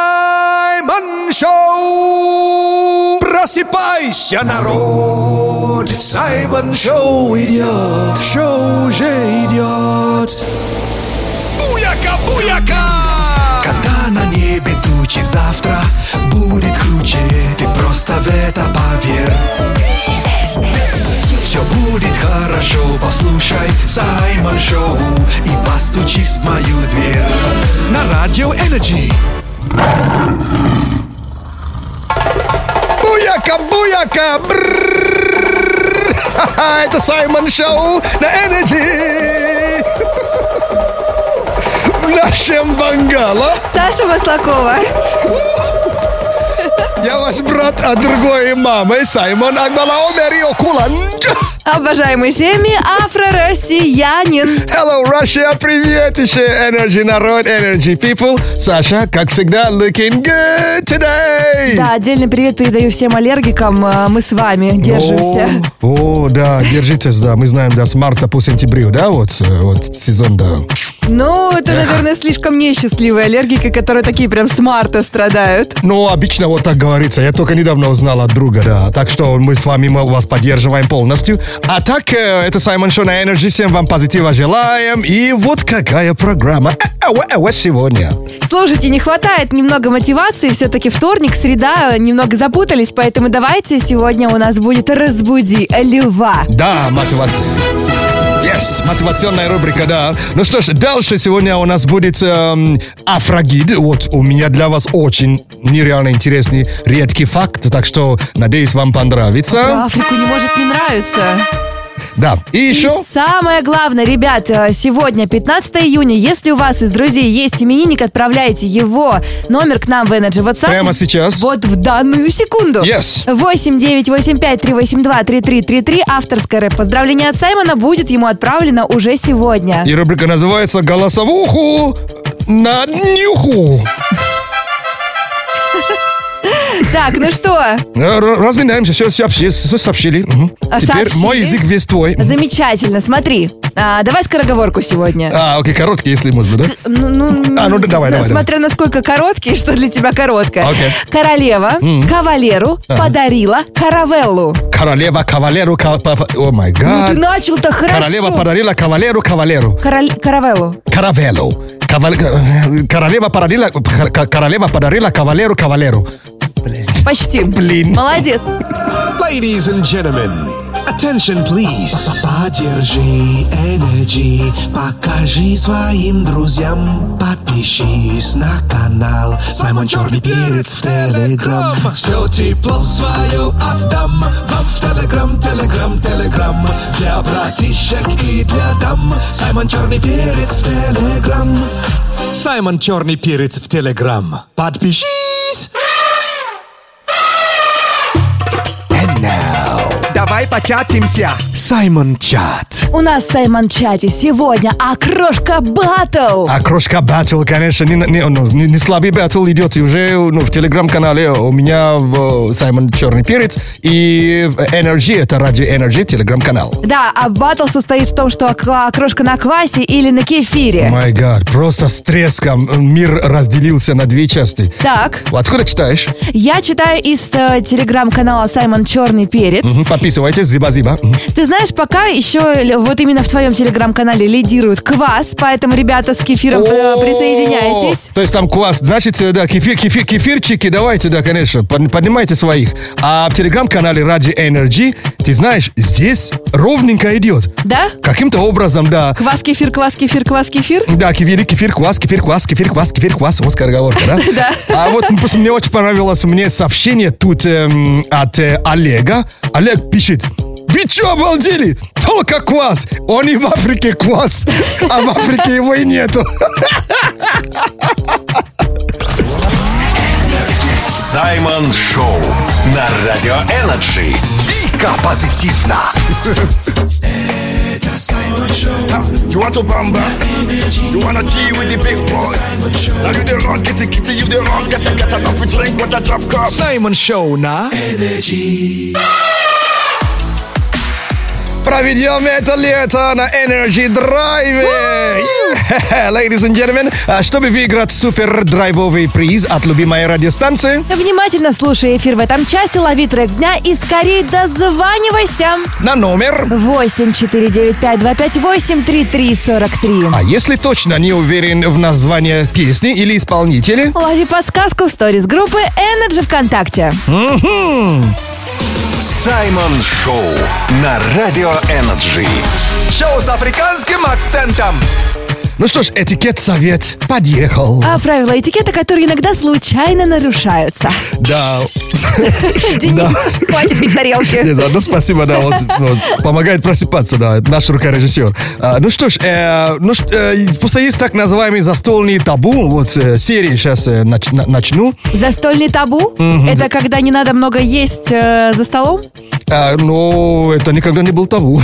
Саймон Шоу! Просыпайся, народ! Саймон Шоу идет! Шоу уже идет! Буяка, буяка! Когда на небе тучи завтра будет круче, ты просто в это поверь. Все будет хорошо, послушай Саймон Шоу и постучись в мою дверь. На Радио Энерджи. Буяка, буяка! брррр. Ха-ха, Это Саймон Шоу на Energy! В нашем Бангала. Саша Маслакова. Я ваш брат от другой мамы, Саймон Агбалаомери Окуланд. Обожаемый всеми афро-россиянин. Hello, Russia, привет еще, Energy народ, Energy people. Саша, как всегда, looking good today. Да, отдельный привет передаю всем аллергикам. А, Мы с вами держимся. О, о, да, держитесь, да. Мы знаем, да, с марта по сентябрь, да, вот, э, вот сезон, да. Ну, это, наверное, слишком несчастливые аллергики, которые такие прям с марта страдают. Ну, обычно вот так говорится. Я только недавно узнал от друга, да. Так что мы с вами мы вас поддерживаем полностью. А так, э, это Саймон Шоу на Energy. Всем вам позитива желаем. И вот какая программа Э, э, э, э, сегодня. Слушайте, не хватает немного мотивации. Все-таки вторник, среда, немного запутались. Поэтому давайте сегодня у нас будет «Разбуди льва». Да, мотивация. Yes, мотивационная рубрика, да. Ну что ж, дальше сегодня у нас будет эм, афрагид. Вот у меня для вас очень нереально интересный, редкий факт, так что надеюсь, вам понравится. Про Африку не может не нравиться. Да, и еще... И самое главное, ребят, э, сегодня 15 июня. Если у вас из друзей есть именинник, отправляйте его номер к нам в Energy WhatsApp. Прямо сейчас. Вот в данную секунду. Yes. 8985-382-3333. Авторское рэп-поздравление от Саймона будет ему отправлено уже сегодня. И рубрика называется «Голосовуху на днюху». Так, ну что, Э, р- Разминаемся, все, сообщили. Мгм. А, Теперь сообщили? мой язык весь твой. замечательно, смотри. А, давай скороговорку сегодня. А, окей, короткий, если можно, да? Ну, ну, А, ну да, давай, ну, давай, Смотря насколько короткий, что для тебя короткое. Окей. Королева кавалеру подарила каравеллу. Королева кавалеру... ка- па- па- О май Ну, гад. ты начал-то хорошо. А, Королева подарила кавалеру кавалеру. Король- Каравеллу. Каравеллу. Кавал- э, Королева подарила... ка- Королева подарила кавалеру кавалеру. Блин. Почти. Блин. Молодец. Ladies and gentlemen, attention please. Поддержи Energy, покажи своим друзьям, подпишись на канал. Саймон Черный Перец в Телеграм. Все тепло свое отдам вам в Телеграм, Телеграм, Телеграм. Для братишек и для дам. Саймон Черный Перец в Телеграм. Саймон Черный Перец в Телеграм. Подпишись! Давай початимся. Саймон Чат. У нас в Саймон Чате сегодня окрошка баттл. А крошка баттл, конечно, не, не- ну, не- не слабый баттл идет и уже ну, в телеграм-канале у меня в, э, Саймон Черный Перец и в Energy, это радио Energy, телеграм-канал. Да, а баттл состоит в том, что ок- окрошка на квасе или на кефире. Май гад, просто с треском мир разделился на две части. Так, Откуда читаешь? я читаю из э, телеграм-канала Саймон Черный Перец. Мгм, Подписывайтесь, зиба-зиба. Мгм. Ты знаешь, пока еще л- вот именно в твоем телеграм-канале лидирует квас, поэтому, ребята, с кефиром э, О, присоединяйтесь. То есть там квас. Значит, э, да, кефир, кефир, кефирчики, давайте, да, конечно, под- поднимайте своих. А в телеграм-канале Ради Energy, ты знаешь, здесь ровненько идет. Да? Каким-то образом, да. Квас, кефир, квас, кефир, квас, кефир. Да, кефир, кефир, квас, кефир, квас, кефир, квас, кефир, квас. Вот скороговорка, да? Да. А вот ну, просто мне очень понравилось мне сообщение тут эм, от э, Олега. Олег пишет. Вы что, обалдели? Только квас. Он и в Африке квас, а в Африке его и нету. Саймон Шоу на Радио Энерджи. дико позитивно. Это Саймон Шоу. You want to bamba? You wanna G with the big boy? Now you the run, kitty kitty, you the run, get a get a coffee drink with a drop cup. Саймон Шоу на Проведем это лето на Energy Drive. Yeah. Ladies and gentlemen, а чтобы выиграть супер драйвовый приз от любимой радиостанции, Внимательно слушай эфир в этом часе, лови трек дня и скорее дозванивайся. на номер 8495258343. А если точно не уверен в названии песни или исполнителя, Лови подсказку в сторис группы Energy ВКонтакте. Саймон Шоу на Радио Энерджи. Шоу с африканским акцентом. ну что ж, этикет совет подъехал. А правила этикета, которые иногда случайно нарушаются. Да, Денис, хватит бить тарелки. не, заодно спасибо, да, он, ну, помогает просыпаться, да, это наш рукорежиссер. А, ну что ж, э, ну, ш- э, просто есть так называемый застольный табу, вот э, серии сейчас начну. Застольный табу – это когда не надо много есть э, за столом? А, но это никогда не был табу.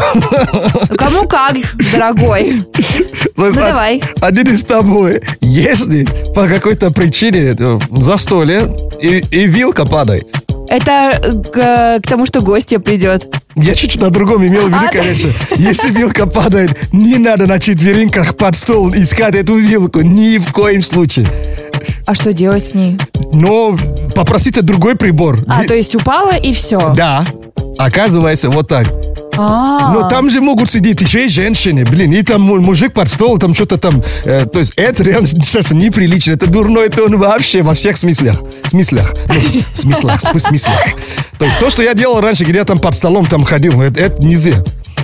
Кому как, дорогой. Ну, То есть, Задавай. а- Один из табу, если по какой-то причине э, застолье и, и вилка падает. Это э, к, к тому, что гостья придет. Я чуть-чуть на другом имел в виду, А, да. конечно. Если вилка падает, не надо на четверинках под стол искать эту вилку. Ни в коем случае. А что делать с ней? Но попросите другой прибор. А, Ви- то есть упала и все. Да. Оказывается, вот так. А, Но Ну, там же могут сидеть еще и женщины, блин, и там му- мужик под стол, там что-то там. э, то есть это реально сейчас неприлично, это дурной тон вообще во всех смыслях. Смыслях. Ну, смыслах, смы- смыслах. То есть то, что я делал раньше, где я там под столом там ходил, это, это нельзя.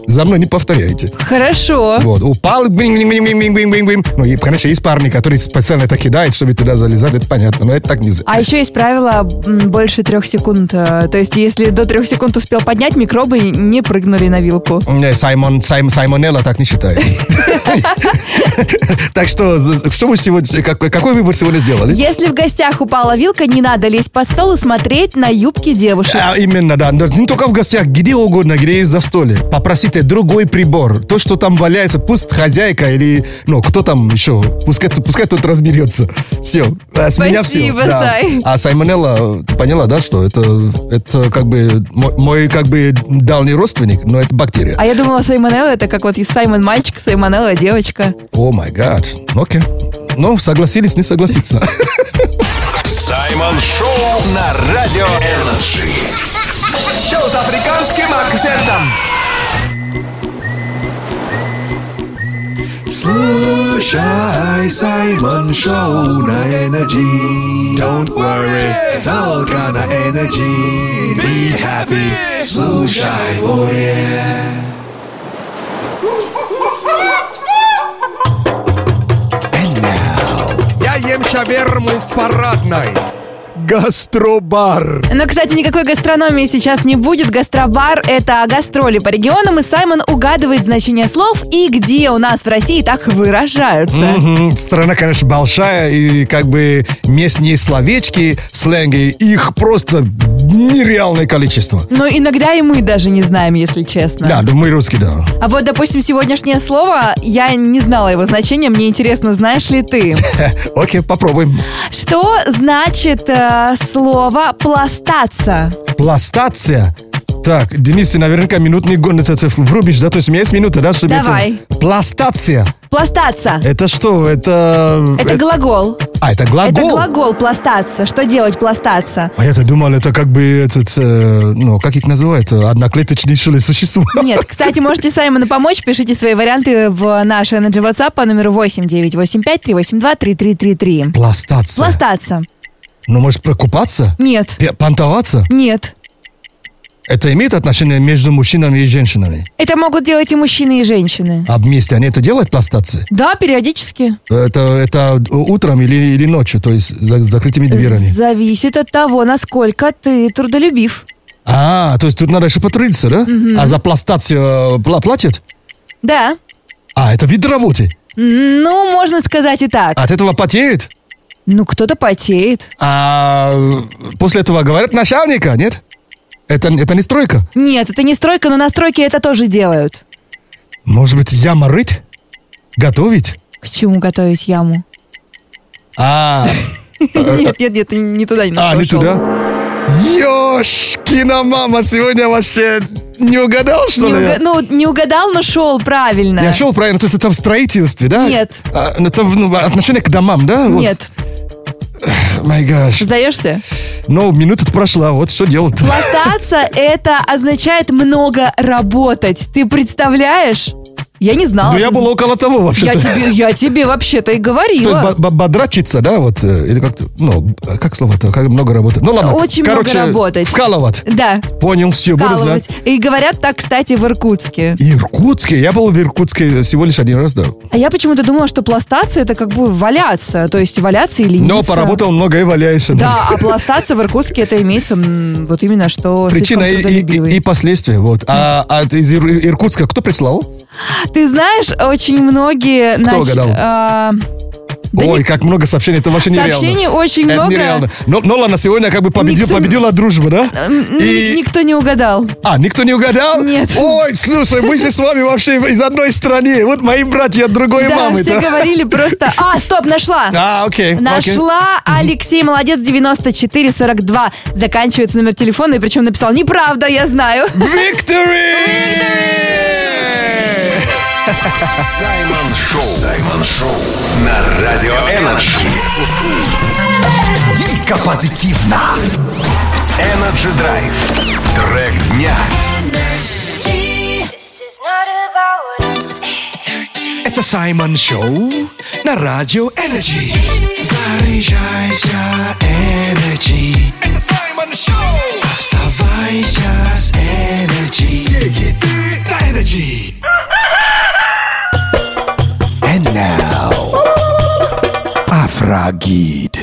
За мной не повторяйте. Хорошо. Вот, упал, блин, блин, блин, блин, блин, блин, блин. Ну, и, конечно, есть парни, которые специально это кидают, чтобы туда залезать, это понятно, но это так нельзя. А еще есть правило м, больше трех секунд. э, То есть, если до трех секунд успел поднять, микробы не прыгнули на вилку. Не, Саймон, Сайм, Саймонелла так не считает. Так что, з- что мы сегодня, какой какой выбор сегодня сделали? Если в гостях упала вилка, не надо лезть под стол и смотреть на юбки девушек. А, именно, да. Но Не только в гостях, где угодно, где есть застолье. Попросите другой прибор. То, что там валяется, пусть хозяйка или, ну, кто там еще, пускай, тут- пускай тут разберется. Все. С меня все. Спасибо, Да. Сай. А Саймонелла, ты поняла, да, что это, это как бы мой, мой как бы дальний родственник, но это бактерия. А я думала, Саймонелла это как вот и Саймон мальчик, Саймонелла девочка. О май гад. Окей. Ну, согласились, не согласиться. Саймон Шоу на Радио Энерджи. Шоу с африканским акцентом. Слушай Саймон Шоу на Energy. Don't worry, только на Energy. Be happy, слушай, oh yeah. Я ем шаверму в парадной. Гастробар. Но, кстати, никакой гастрономии сейчас не будет. Гастробар – это гастроли по регионам, и Саймон угадывает значение слов и где у нас в России так выражаются. Мгм. Страна, конечно, большая, и как бы местные словечки, сленги, их просто нереальное количество. Но иногда и мы даже не знаем, если честно. Да, да, мы русские, да. А вот, допустим, сегодняшнее слово, я не знала его значения, мне интересно, знаешь ли ты. Хе, Окей, попробуем. Что значит э, слово «пластаться»? Пластация. Так, Денис, ты наверняка минутный гон это ты врубишь, да? То есть у меня есть минута, да? чтобы это- Давай. Пластация. Пластаться. Это что? Э, Это... э, Это глагол. А, это глагол? Это глагол пластаться. Что делать пластаться? А я-то думал, это как бы этот, э, ну, как их называют, э, одноклеточные что ли, существа? Нет, кстати, можете Саймону помочь. Пишите свои варианты в наш Energy WhatsApp по номеру 8985-382-3333. Пластаться. Пластаться. Ну, может, прокупаться? Нет. Пе- Понтоваться? Нет. Это имеет отношение между мужчинами и женщинами? Это могут делать и мужчины, и женщины. А вместе они это делают, пластации? Да, периодически. Это, это утром или, или ночью, то есть за- с закрытыми дверями? Зависит от того, насколько ты трудолюбив. А, то есть тут надо еще потрудиться, да? А за пластацию э, пла- платят? Да. А, это вид работы. Ну, можно сказать и так. От этого потеют? Ну, кто-то потеет. А э, после этого говорят начальника, нет? Это, это не стройка. Нет, это не стройка, но на стройке это тоже делают. Может быть, яма рыть? Готовить? К чему готовить яму? А, Нет, нет, нет, ты не туда немножко а не ушел. туда? Ёшкина мама, сегодня вообще не угадал, что Не ли? уга- Ну, не угадал, но шел правильно. Я шел правильно, то есть это в строительстве, да? Нет. А, ну, там ну, отношение к домам, да? Вот. Нет. My gosh. Сдаешься? Но минута прошла, вот что делать. Пластаться – это означает много работать. Ты представляешь? Я не знала. Ну, я Ты- был около того Я вообще-то. тебе, я тебе вообще-то и То говорила. есть бо- бо- бодрачиться, да, вот, э, или как-то, ну, а как слово-то, как много работать. Ну, ладно. Очень много Короче, работать. Вкалывать. да, Понял, все, буду вкалывать. знать. И говорят так, кстати, в Иркутске. Иркутске, я был в Иркутске всего лишь один раз, да. А я почему-то думала, что пластация – это как бы валяться, то есть валяться или Но поработал много и валяешься. Да, а пластация в Иркутске – это имеется м, вот именно, что Причина слишком и, и- трудолюбивый. и последствия, вот. А, а из Ир- Иркутска кто прислал? Ты знаешь, очень многие... нач- угадал? а, да Ой, не- как много сообщений, это вообще нереально. Сообщений очень Это много. нереально. Но, но ладно, сегодня как бы победил, Никто- Э, победила дружба, да? м, И- Никто не угадал. А, никто не угадал? Нет. Ой, слушай, мы же с вами вообще из одной страны. Вот мои братья от другой да, мамы. все да? говорили просто... А, стоп, нашла! А, окей. окей. Нашла Алексей Молодец 9442. Заканчивается номер телефона, и причем написал «Неправда, я знаю». Victory! Саймон Шоу. Саймон Шоу на Радио Энерджи. Дико позитивно. Энерджи Драйв. Трек дня. This is not about us. Это Саймон Шоу на Радио Энерджи. Заряжайся, Энерджи. Это Саймон Шоу. Оставайся с Энерджи. Все хиты на Энерджи. And now, Афрагид.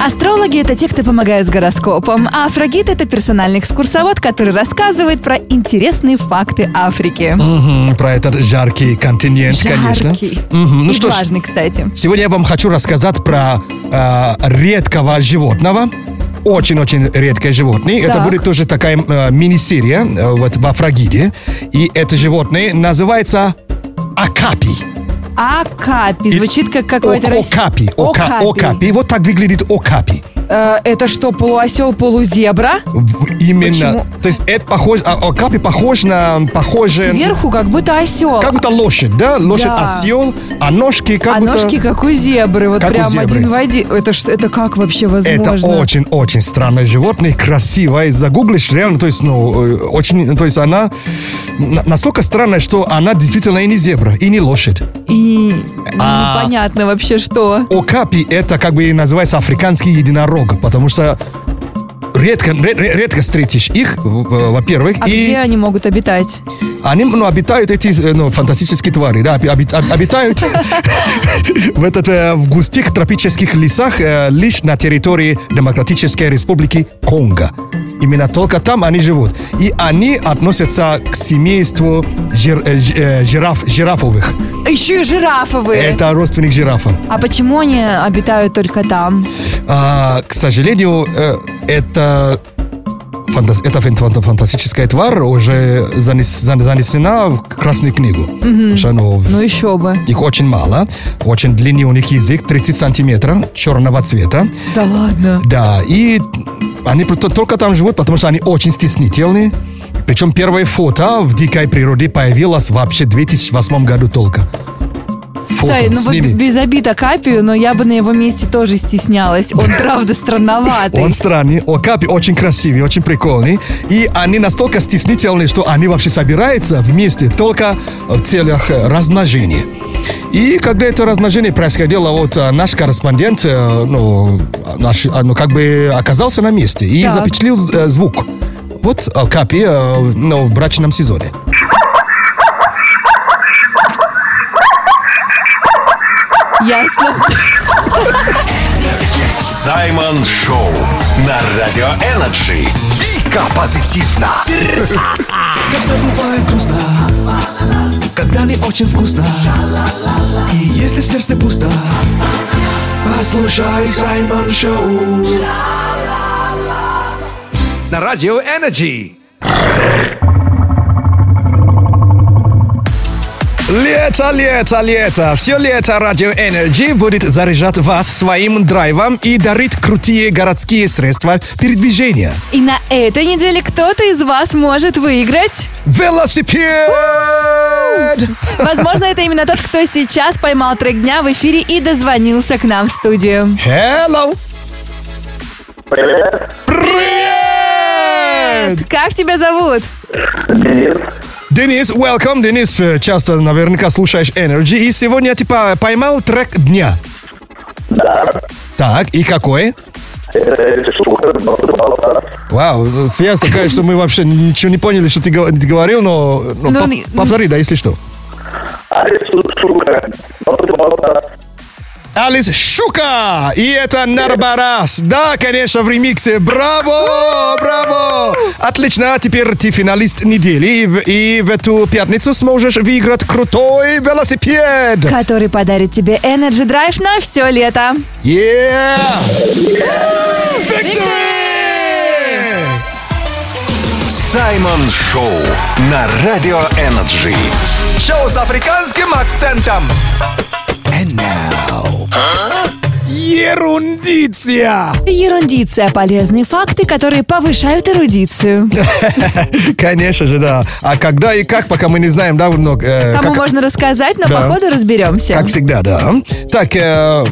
Астрологи – это те, кто помогает с гороскопом, а Афрагит – это персональный экскурсовод, который рассказывает про интересные факты Африки. Мгм, Про этот жаркий континент, конечно. Жаркий. Мгм, Ну И что ж, влажный, кстати. сегодня я вам хочу рассказать про э, редкого животного. Очень-очень редкое животное. Это Так. будет тоже такая э, мини-серия э, вот во Фрагиде. И это животное называется акапи. Акапи. И- А Звучит как О- какой-то... рас- Окапи. Ока- Окапи. Окапи. Вот так выглядит окапи. Э, это что, полуосел, полузебра? В- Именно. Почему? То есть это похоже, а окапи похож на похоже. Сверху как будто осел. Как будто лошадь, да? Лошадь Да. осел, а ножки как а будто. ножки как у зебры, вот Как у прям зебры. один в один. Это что, это как вообще возможно? это очень-очень странное животное, красивое. Загуглишь реально, то есть, ну, э, очень, то есть она на- настолько странная, что она действительно и не зебра, и не лошадь. И А. непонятно вообще что. Окапи это как бы и называется африканский единорог, потому что редко, ре- ре- редко встретишь их, в- э, во-первых, А и где они могут обитать? Они, ну, обитают эти, э, ну, фантастические твари, да, оби- оби- об- обитают в, этот, э, в густых тропических лесах э, лишь на территории Демократической Республики Конго. Именно только там они живут. И они относятся к семейству жир- э, ж- э, жираф, жирафовых. Еще и жирафовые. Это родственник жирафа. А почему они обитают только там? А, к сожалению, э, это фантас- эта фан- фан- фантастическая тварь уже занес- зан- занесена в Красную книгу. Потому что, ну, в- Ну еще бы. Их очень мало, очень длинный у них язык, 30 сантиметров, черного цвета. Да ладно. Да, и они про- только там живут, потому что они очень стеснительные. Причем первое фото в дикой природе появилось вообще в 2008 году только. Фото Сай, ну с вот ними. без обид Акапию, но я бы на его месте тоже стеснялась. Он правда странноватый. Он странный, окапи очень красивый, очень прикольный. И они настолько стеснительны, что они вообще собираются вместе только в целях э, размножения. И когда это размножение происходило, вот э, наш корреспондент, э, ну, наш, э, ну, как бы оказался на месте и Так. запечатлел э, звук. Вот окапи э, ну, в брачном сезоне. Ясно. Саймон Шоу на Радио Энерджи. Дико позитивно. Когда бывает грустно, когда не очень вкусно, и если в сердце пусто, послушай Саймон Шоу. На радио Энерджи. Лето, лето, лето. Все лето Радио Energy будет заряжать вас своим драйвом и дарить крутые городские средства передвижения. И на этой неделе кто-то из вас может выиграть. Велосипед! Возможно, это именно тот, кто сейчас поймал трек дня в эфире и дозвонился к нам в студию. Hello! Привет, Привет! Как тебя зовут? Денис. Денис, welcome. Денис, э, часто наверняка слушаешь Energy. И сегодня ты по- типа, поймал трек дня. Да, Так, и какой? это шутка, балта. Вау, связь такая, что мы вообще ничего не поняли, что ты гов- ты говорил, но, но Ну, пов- не- повтори, да, если что. А это шутка, балта. Алис Шука! И это Нарбарас. Да, конечно, в ремиксе. Браво! Браво! Отлично, а теперь ты финалист недели. И в, и в эту пятницу сможешь выиграть крутой велосипед. Который подарит тебе Energy Drive на все лето. Yeah! Саймон Шоу на Радио Энерджи. Шоу с африканским акцентом. And now... Ерундиция! Ерундиция. Полезные факты, которые повышают эрудицию. Конечно же, да. А когда и как, пока мы не знаем, да, но, э, Кому как, можно рассказать, но Да. походу разберемся. как всегда, да. Так, э,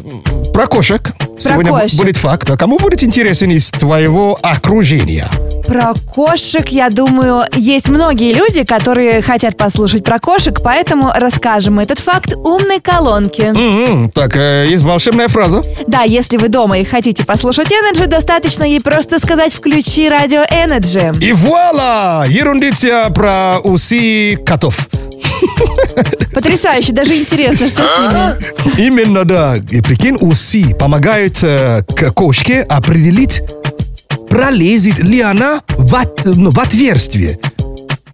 про кошек. Сегодня бу- кошек. будет факт. А кому будет интересен из твоего окружения? Про кошек, я думаю, есть многие люди, которые хотят послушать про кошек, поэтому расскажем этот факт умной колонке. М, Так, э, есть волшебная фраза. Да, если вы дома и хотите послушать Energy, достаточно ей просто сказать «включи радио Energy». И вуаля! Ерундиция про усы котов. Потрясающе, даже интересно, что А. с ними. Именно, да. И прикинь, усы помогают э, к- кошке определить, пролезет ли она в, от- ну, в отверстие.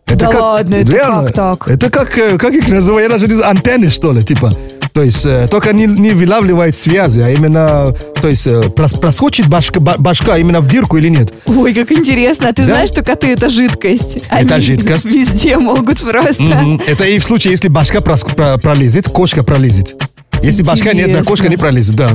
Это Да ладно, это реально. как так? Это как, э, как их называют, я даже не знаю, антенны, что ли, типа. То есть э, только не, не вылавливает связи, а именно, то есть э, прос- проскочит башка, ба- башка именно в дырку или нет. Ой, как интересно. А ты Да? знаешь, что коты — это жидкость? Они жидкость. везде могут просто. Мгм. Это и в случае, если башка проск- про- пролезет, кошка пролезет. Если башка нет, да, Интересно. кошка не пролезет, да.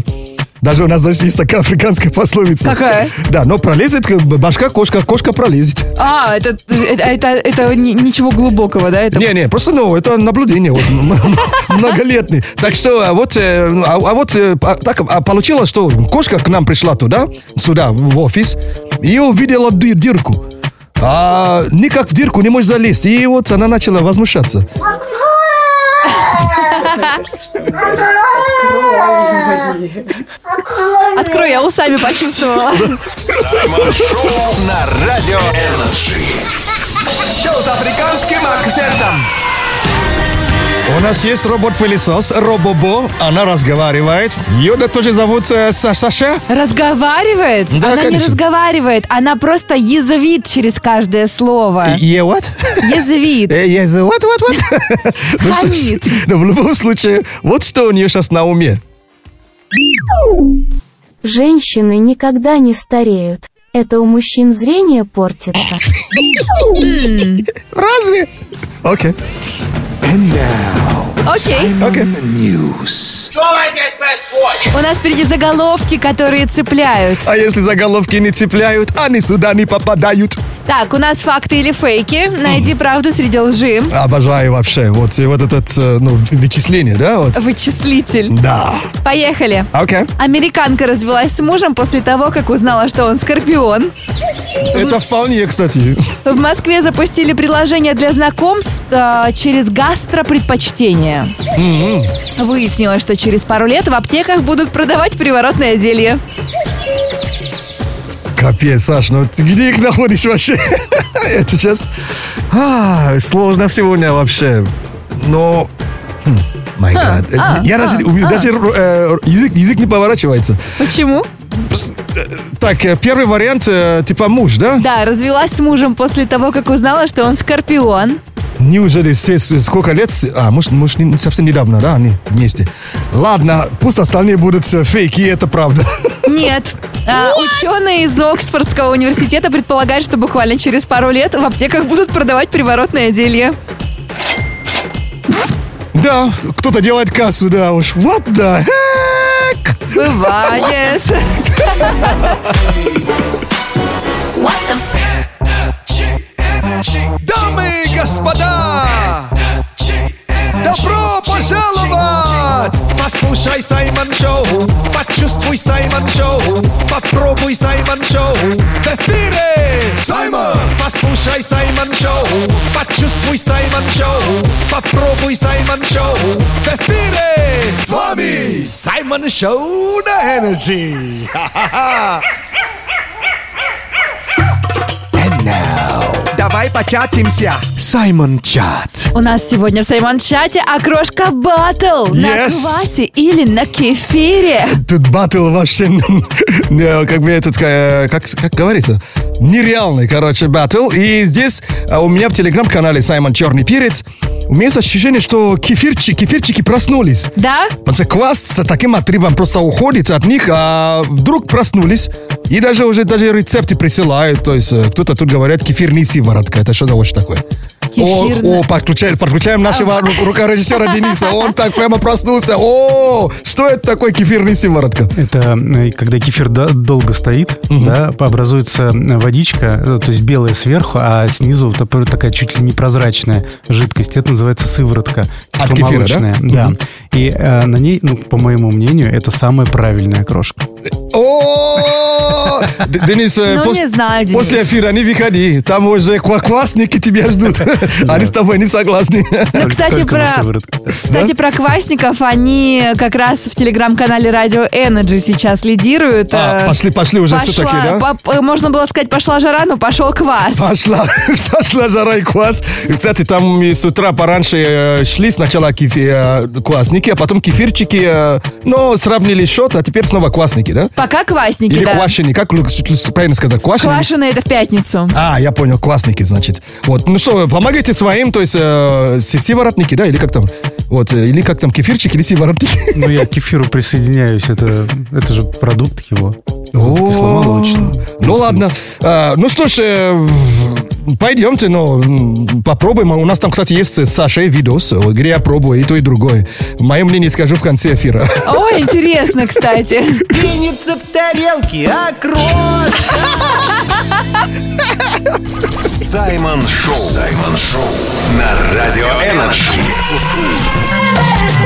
Даже у нас даже есть такая африканская пословица. Какая? Да, но пролезет как бы, башка, кошка, кошка пролезет. А, это, это, это, это ни- ничего глубокого, да? Это Не-не, просто, ну, это наблюдение вот, м- м- многолетнее. Так что, а вот, э, а, а вот э, а- так а получилось, что кошка к нам пришла туда, сюда, в офис, и увидела ды- дырку. А никак в дырку не может залезть. И вот она начала возмущаться. Открой, я усами почувствовала. Саймон Шоу на Радио Энерджи. Шоу с африканским акцентом. У нас есть робот-пылесос Робобо. Она разговаривает. Ее да, тоже зовут э, Са- Саша. Разговаривает? Ну Да, она не конечно. разговаривает, она просто язвит через каждое слово. Е, вот. Язвит. Э, е, за- вот, вот, вот. Ну, что ж, Хамит. ну, в любом случае, вот что у нее сейчас на уме. Женщины никогда не стареют. Это у мужчин зрение портится. Разве? Окей, And now... Окей. окей. News. У нас впереди заголовки, которые цепляют. А если заголовки не цепляют, они сюда не попадают. Так, у нас факты или фейки. Найди правду среди лжи. Обожаю вообще. Вот, э, вот это ну, вычисление, да? Вот. Вычислитель. Да. Поехали. Окей. Американка развелась с мужем после того, как узнала, что он скорпион. Это вполне, кстати. В Москве запустили приложение для знакомств э, через гастропредпочтение. Выяснилось, что через пару лет в аптеках будут продавать приворотное зелье. Капец, Саш, ну ты где их находишь вообще? Это сейчас а, сложно сегодня вообще. Но... хм, My God. а, Я даже, у меня даже э, язык, язык не поворачивается. Почему? Пс, э, Так, э, первый вариант, э, типа муж, да? Да, развелась с мужем после того, как узнала, что он скорпион. Неужели все- с- сколько лет? с- А, муж, муж не- совсем недавно, да, они вместе. Ладно, пусть остальные будут э, фейки, это правда. Нет. А, ученые из Оксфордского университета предполагают, что буквально через пару лет в аптеках будут продавать приворотное зелье. Да, кто-то делает кассу, да уж. What the heck? Бывает. Дамы и господа, добро пожаловать! Послушай Саймон Шоу, почувствуй Саймон Шоу, попробуй Саймон Шоу. В эфире Саймон! Послушай Саймон Шоу, почувствуй Саймон Шоу, попробуй Саймон Шоу. В эфире с вами Саймон Шоу на Energy. Ха-ха-ха. And now, давай початимся. Саймон Чат. У нас сегодня в Саймон Чате окрошка батл на Yes. квасе или на кефире. Тут батл вообще, не, как бы этот, э, как, как говорится, нереальный, короче, батл. И здесь э, у меня в телеграм-канале Саймон Черный Перец. У меня есть ощущение, что кефирчи- кефирчики проснулись. Да? Потому что квас с таким отрывом просто уходит от них, а вдруг проснулись. И даже уже даже рецепты присылают. То есть э, кто-то тут говорит кефирный сиворотка. Это что за вообще такое? Кефирная- О, о, подключаем, подключаем нашего ру- рукорежиссера Дениса. Он так прямо проснулся. О, что это такое кефирный сиворотка? Это э, когда кефир до- долго стоит, да, образуется э, водичка, э, то есть белая сверху, а снизу тап- такая чуть ли непрозрачная жидкость. Это называется сыворотка От кефира, да? кисломолочная. да? И э, на ней, ну, по моему мнению, это самая правильная крошка. О, Д- Денис, э, Ну, пос- не знаю, Денис. после эфира не выходи. Там уже кваквасники тебя ждут. Они с тобой не согласны. Ну, кстати, Только на про... сыворотке. Кстати, про квасников, они как раз в телеграм-канале Радио Energy сейчас лидируют. А, Э, пошли- пошли уже пошла- все-таки, да? поп- э, Можно было сказать, пошла жара, но пошел квас. Пошла, пошла жара и квас. И, Кстати, там и с утра пораньше э, шли сначала кефи- э, квасники, а потом кефирчики, э, но сравнили счет, а теперь снова квасники, да? Пока квасники, Или да. квашени, как лу- правильно сказать, квашени? Квашеные это в пятницу. А, я понял, квасники, значит. Вот, ну что, помогайте своим, то есть э, си- сиворотники, да, или как там, вот, э, или как там, кефирчик или сиворотники. Ну, я к кефиру присоединяюсь, это, это же продукт его. Кисломолочный. Ну ладно. А, Ну что ж, э, в- пойдемте, но м, попробуем. А У нас там, кстати, есть с Сашей видос, э, где я пробую и то, и другое. Мое мнение скажу в конце эфира. О, интересно, кстати. Пенится в тарелке окрошка. Саймон Шоу. Саймон Шоу. На Радио Энерджи.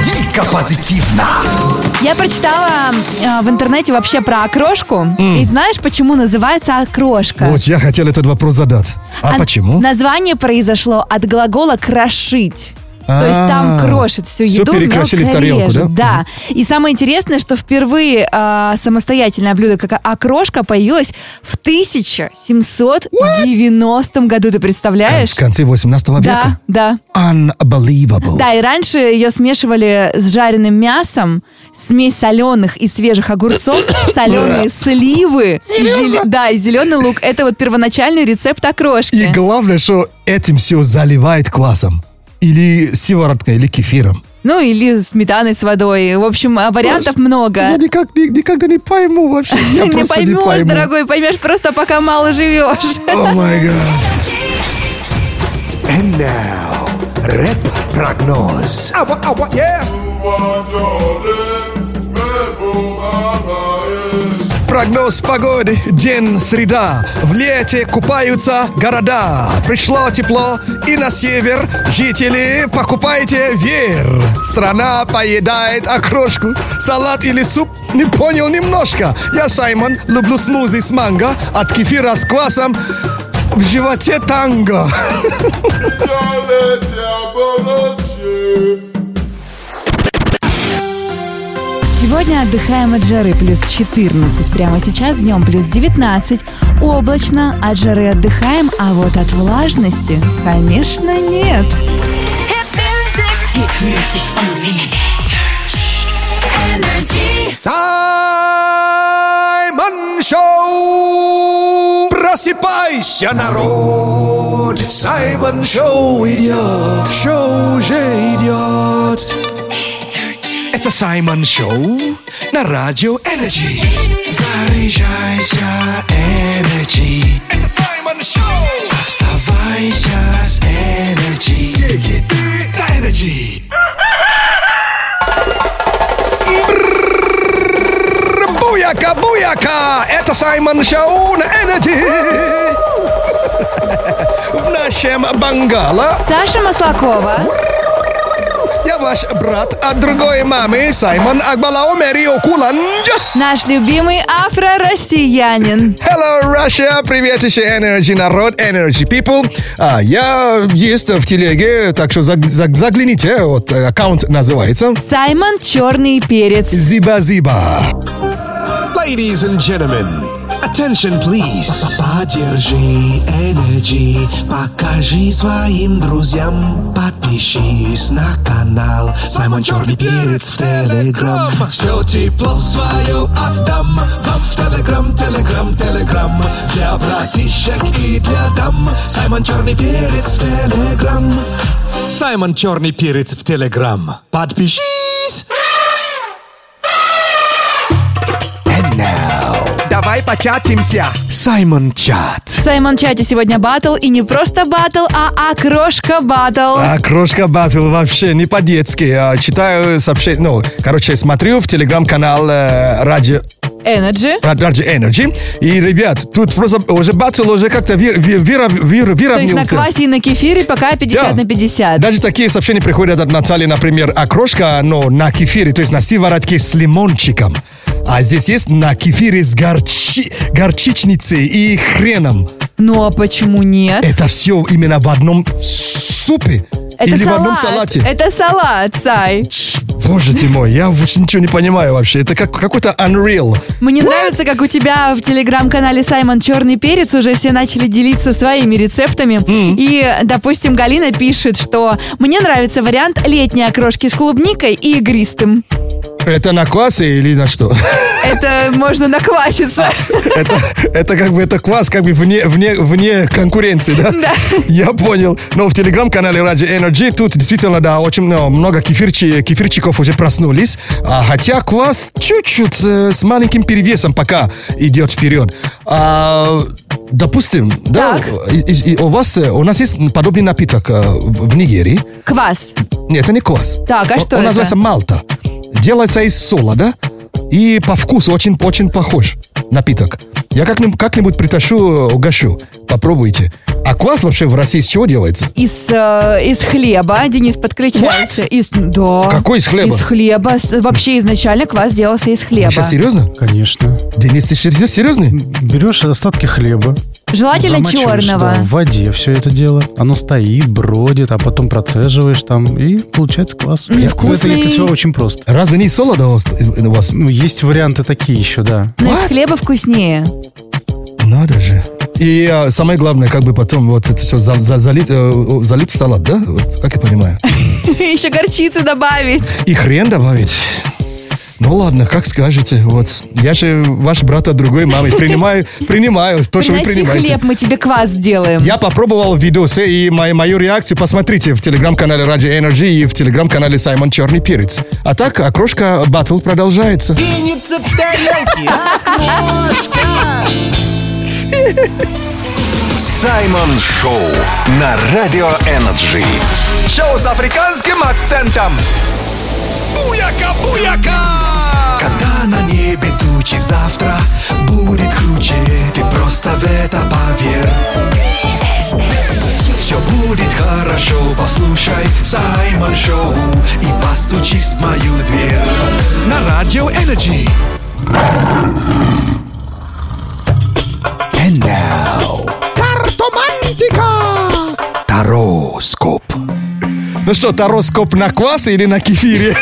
Дико позитивно. Я прочитала э, в интернете вообще про окрошку. И знаешь, почему называется окрошка? Вот я хотел этот вопрос задать. А Ан- почему? Название произошло от глагола «крошить». То есть там А, крошит всю всё еду, перекрошили в мелко тарелку, режет. да? Да. И самое интересное, что впервые а, самостоятельное блюдо, как окрошка, появилось в 1790 году. Ты представляешь? В конце 18 Да, века. да. Unbelievable. Да, и раньше ее смешивали с жареным мясом, смесь соленых и свежих огурцов, соленые сливы. и зеле- Да, и зеленый лук. Это вот первоначальный рецепт окрошки. И главное, что этим все заливает квасом. Или сивороткой, или кефиром. Ну, или сметаной с водой. В общем, а, вариантов много. никак, ни- никогда не пойму вообще. ну, Я не просто поймешь, дорогой, поймешь просто, пока мало живешь. О май гад. Oh And now, рэп-прогноз. Прогноз погоды, день среда. В лете купаются города. Пришло тепло и на север. Жители, покупайте вер. Страна поедает окрошку. Салат или суп, не понял немножко. Я Саймон, люблю смузи с манго. От кефира с квасом в животе танго. Сегодня отдыхаем от жары плюс 14. Прямо сейчас днем плюс 19. Облачно, от жары отдыхаем, а вот от влажности, конечно, нет. Саймон Шоу! Просыпайся, народ! Саймон Шоу идет! Шоу уже идет! Это Саймон Шоу на Радио Энерджи. Заряжайся, Энерджи. Это Саймон Шоу! Оставайся с Энерджи. На Энерджи. Саймон Шоу на Energy. В нашем Бангала Саша Маслакова. я ваш брат от другой мамы Саймон Акбалао Мерио Куланджа. Наш любимый афро-россиянин. Hello, Russia! Привет еще Energy народ, Energy people. А, я есть в телеге, так что заг- заг- загляните, вот э, аккаунт называется Саймон Черный Перец. Зиба-Зиба. Ladies and gentlemen, attention please. Поддержи Energy, покажи своим друзьям. Подпишись на канал Саймон Черный Перец в Телеграм. Все тепло свое отдам вам в Телеграм, Телеграм, Телеграм. Для братишек и для дам Саймон Черный Перец в Телеграм. Саймон Черный Перец в Телеграм. Подпишись! Давай початимся. Саймон Чат. В Саймон Чате сегодня батл, и не просто батл, а окрошка батл. А, крошка Баттл вообще не по-детски. А, читаю сообщение, ну, короче, смотрю в телеграм-канал э, Радио Energy. Рад- Раджи Energy. И, ребят, тут просто уже бацил, уже как-то вир- вир- вир- вир- То есть на выровнялся. квасе и на кефире пока 50 Да. на 50. Даже такие сообщения приходят от Натальи, например, окрошка, но на кефире, то есть на сиворотке с лимончиком. А здесь есть на кефире с горчи- горчичницей и хреном. Ну а почему нет? Это все именно в одном супе. Это или в одном салате. Это салат, Сай. Тш, Боже ты мой, я вообще ничего не понимаю вообще. Это как какой-то Unreal. Мне нравится, как у тебя в телеграм-канале Саймон Черный Перец уже все начали делиться своими рецептами. И, допустим, Галина пишет, что мне нравится вариант летней окрошки с клубникой и игристым. Это на квасе или на что? Это можно накваситься. Это, это как бы это квас, как бы вне, вне, вне конкуренции, да? Да. Я понял. Но в телеграм-канале Раджи Energy тут действительно, да, очень ну, много кефирчи, кефирчиков уже проснулись. А, хотя квас чуть-чуть э, с маленьким перевесом пока идет вперед. А, допустим, да, и- и- и у вас, э, у нас есть подобный напиток э, в в Нигерии. Квас. Нет, это не квас. Так, а Он- что Он это? называется Малта. Делается из солода и по вкусу очень-очень похож напиток. Я как-нибудь, как-нибудь притащу, э, угощу. Попробуйте. А квас вообще в России из чего делается? Из, э, из хлеба. Денис подключается. Из, да. Какой из хлеба? Из хлеба. С- Вообще изначально квас делался из хлеба. Сейчас серьезно? Конечно. Денис, ты сер- серьезный? Берешь остатки хлеба, Желательно замачиваешь, черного. да, в воде все это дело. Оно стоит, бродит, а потом процеживаешь там, и получается класс. Ну, Я- вкусный. Это если все очень просто. Разве не из солода у вас? э, у вас? Ну, есть варианты такие еще, да. Но из хлеба вкуснее. Надо же. И э, самое главное, как бы потом вот это все за- за- залить, э, залить в салат, да? Вот, как я понимаю. Еще горчицу добавить. И хрен добавить. Ну ладно, как скажете. Вот. Я же ваш брат от другой мамы. Принимаю, принимаю то, что вы Приноси принимаете. хлеб, мы тебе квас сделаем. Я попробовал видосы и мою, мою реакцию посмотрите в телеграм-канале Ради Energy и в телеграм-канале Саймон Черный Перец. А так, окрошка батл продолжается. Саймон Шоу на Радио Энерджи. Шоу с африканским акцентом. Буяка, буяка! Когда на небе тучи завтра будет круче, ты просто в это поверь. Все будет хорошо, послушай Саймон Шоу и постучись в мою дверь. На Радио Energy. And now... Картомантика! Тароскоп. Ну что, тароскоп на квасе или на кефире?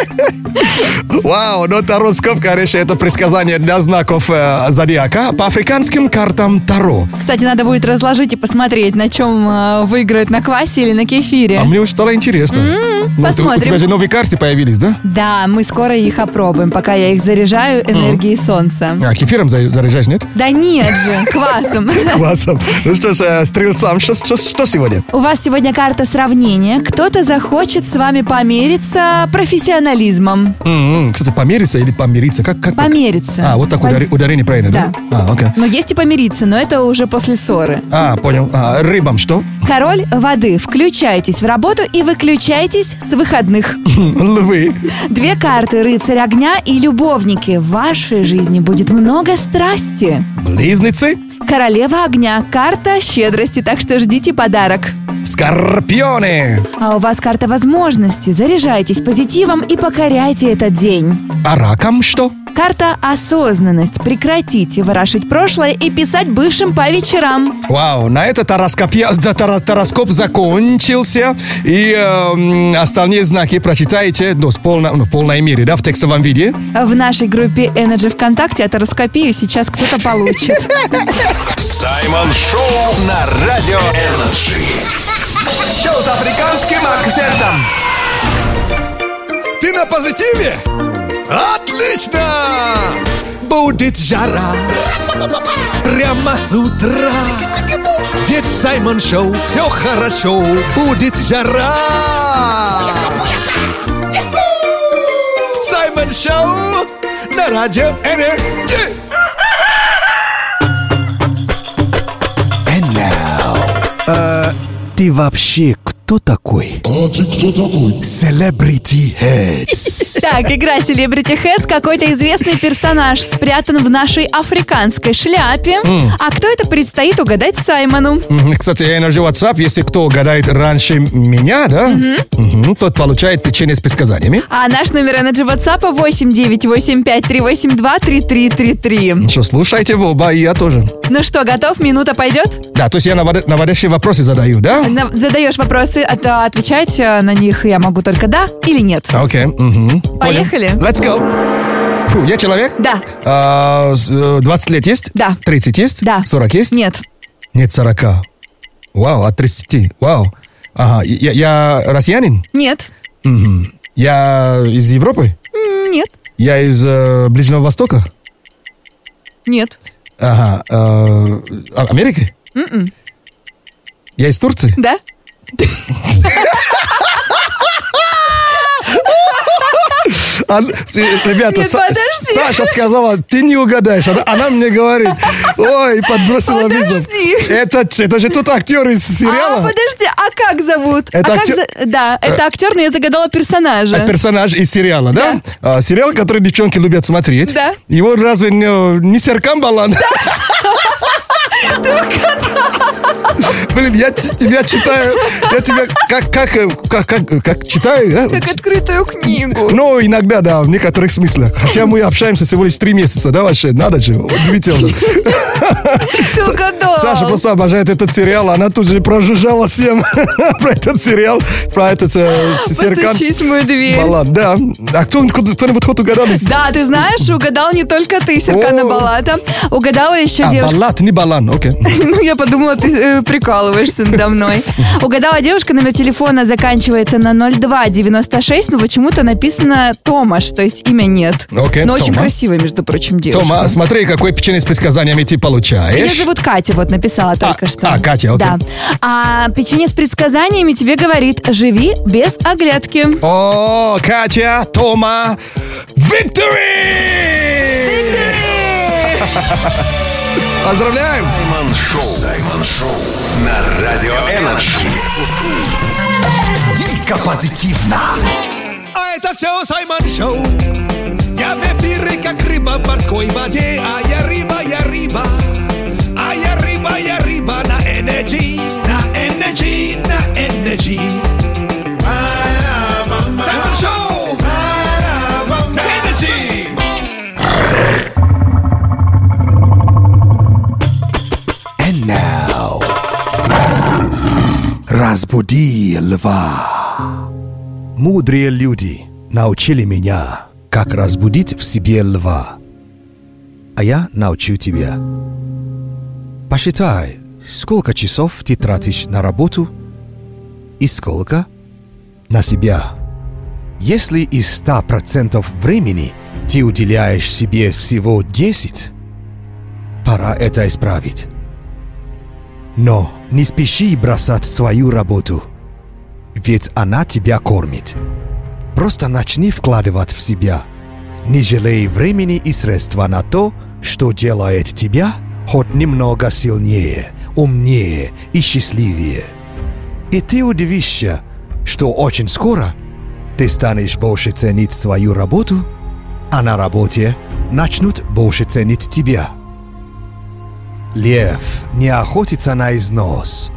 Вау, но тароскоп, конечно, это предсказание для знаков э, зодиака по африканским картам Таро. Кстати, надо будет разложить и посмотреть, на чем э, выиграют, на квасе или на кефире. А мне уже стало интересно. Ну, ты- У посмотрим. тебя же новые карты появились, да? Да, мы скоро их опробуем, пока я их заряжаю энергией солнца. А, кефиром за- заряжаешь, нет? Да нет же, квасом. Классом. Ну что ж, э, стрельцам, что, что- что сегодня? У вас сегодня карта волнения кто-то захочет с вами помериться профессионализмом. М-м, Кстати, помериться или помириться? Как, как, как? Помериться. А, вот так Пом- удари- ударение правильно, да? А, окей. Но есть и помириться, но это уже после ссоры. А, понял. А, рыбам что? Король воды, включайтесь в работу и выключайтесь с выходных. Львы. Две карты «Рыцарь огня» и «Любовники». В вашей жизни будет много страсти. Близницы. Королева огня. Карта щедрости, так что ждите подарок. Скорпионы. А у вас карта возможности. Заряжайтесь позитивом и покоряйте этот день. А ракам что? Карта «Осознанность». Прекратите ворошить прошлое и писать бывшим по вечерам. Вау, на это тараскоп, я- да, тара- тараскоп закончился. И эм, остальные знаки прочитайте ну, с полно- ну, в полной мере, да, в текстовом виде. В нашей группе Energy ВКонтакте атероскопию сейчас кто-то получит. Саймон Шоу на Радио Энерджи. Шоу с африканским акцентом. Ты на позитиве? Отлично! Будет жара Прямо с утра Ведь в Саймон Шоу все хорошо Будет жара Саймон Шоу на радио Энерджи And now э, Ты вообще кто такой? А ты кто такой? Celebrity Heads Так, игра Celebrity Heads. Какой-то известный персонаж спрятан в нашей африканской шляпе. А кто это предстоит угадать Саймону? Мгм, Кстати, Energy WhatsApp, если кто угадает раньше меня, да, мгм, тот получает печенье с предсказаниями. А наш номер Energy WhatsApp 89853823333. Что, слушайте вы оба, и я тоже. Ну что, готов? Минута пойдет? Да, то есть я навод- наводящие вопросы задаю, да? На- Задаешь вопросы, а то отвечать э, на них я могу только да или нет. Окей. мгм. Поехали. Понял. Let's go. Фу, я человек? Да, А, с- э, 20 лет есть? Да. 30 есть? Да. 40 есть? нет, Нет 40. Вау, от 30. Вау. Ага, я, я россиянин? нет, Мгм. Я из Европы? нет, Я из э, Ближнего Востока? нет, Ага. э, А- Америки? Мгм. Я из Турции? да. А, э, Ребята, Нет, Са- подожди. Саша сказала, ты не угадаешь. Она, она мне говорит, ой, подбросила вызов. Подожди. Это, это же тот актер из сериала. А, подожди, а как зовут? Это Э. а как актер- за- Да, это актер, но я загадала персонажа. А персонаж из сериала, да? А, сериал, который девчонки любят смотреть. Да. Его разве не, не Серкан Балан? Блин, я т- тебя читаю, я тебя как, как, э, как, как, как читаю, да? Как открытую книгу. Ну, иногда, да, в некоторых смыслах. Хотя мы общаемся всего лишь три месяца, да, вообще? Надо же, удивительно. Ты угадал. Саша просто обожает этот сериал, она тут же прожужжала всем про этот сериал, про этот э, Серкан Постучись в мою дверь. Балан, да. А кто- кто-нибудь хоть угадал? из- Да, ты знаешь, угадал не только ты, Серкана О. Балата. Угадала еще А, девушка. Балат, не Балан, окей. Ну, я подумала, ты э, прикалываешься надо мной. Угадала девушка, номер телефона заканчивается на 0296, но почему-то написано Томаш, то есть имя нет. Ну, Окей, Но очень Тома. красивая, между прочим, девушка. Тома, смотри, какое печенье с предсказаниями ты Ее получаешь. зовут Катя, вот написала только что. а, Катя, окей. Да. А печенье с предсказаниями тебе говорит, живи без оглядки. О, Катя, Тома, Виктори! Поздравляем! Саймон Шоу. Саймон Шоу на Радио Энерджи. Дико позитивно. А это все Саймон Шоу. Я в эфире, как рыба в морской воде. А я рыба, я рыба. А я рыба, я рыба на энергии, на энергии, на энергии. Саймон Шоу. На Energy. And now. Разбуди льва. Мудрые люди научили меня, как разбудить в себе льва. А я научу тебя. Посчитай, сколько часов ты тратишь на работу и сколько на себя. Если из 100% времени ты уделяешь себе всего 10, пора это исправить. Но не спеши бросать свою работу – ведь она тебя кормит. Просто начни вкладывать в себя. Не жалей времени и средства на то, что делает тебя хоть немного сильнее, умнее и счастливее. И ты удивишься, что очень скоро ты станешь больше ценить свою работу, а на работе начнут больше ценить тебя. Лев не охотится на износ.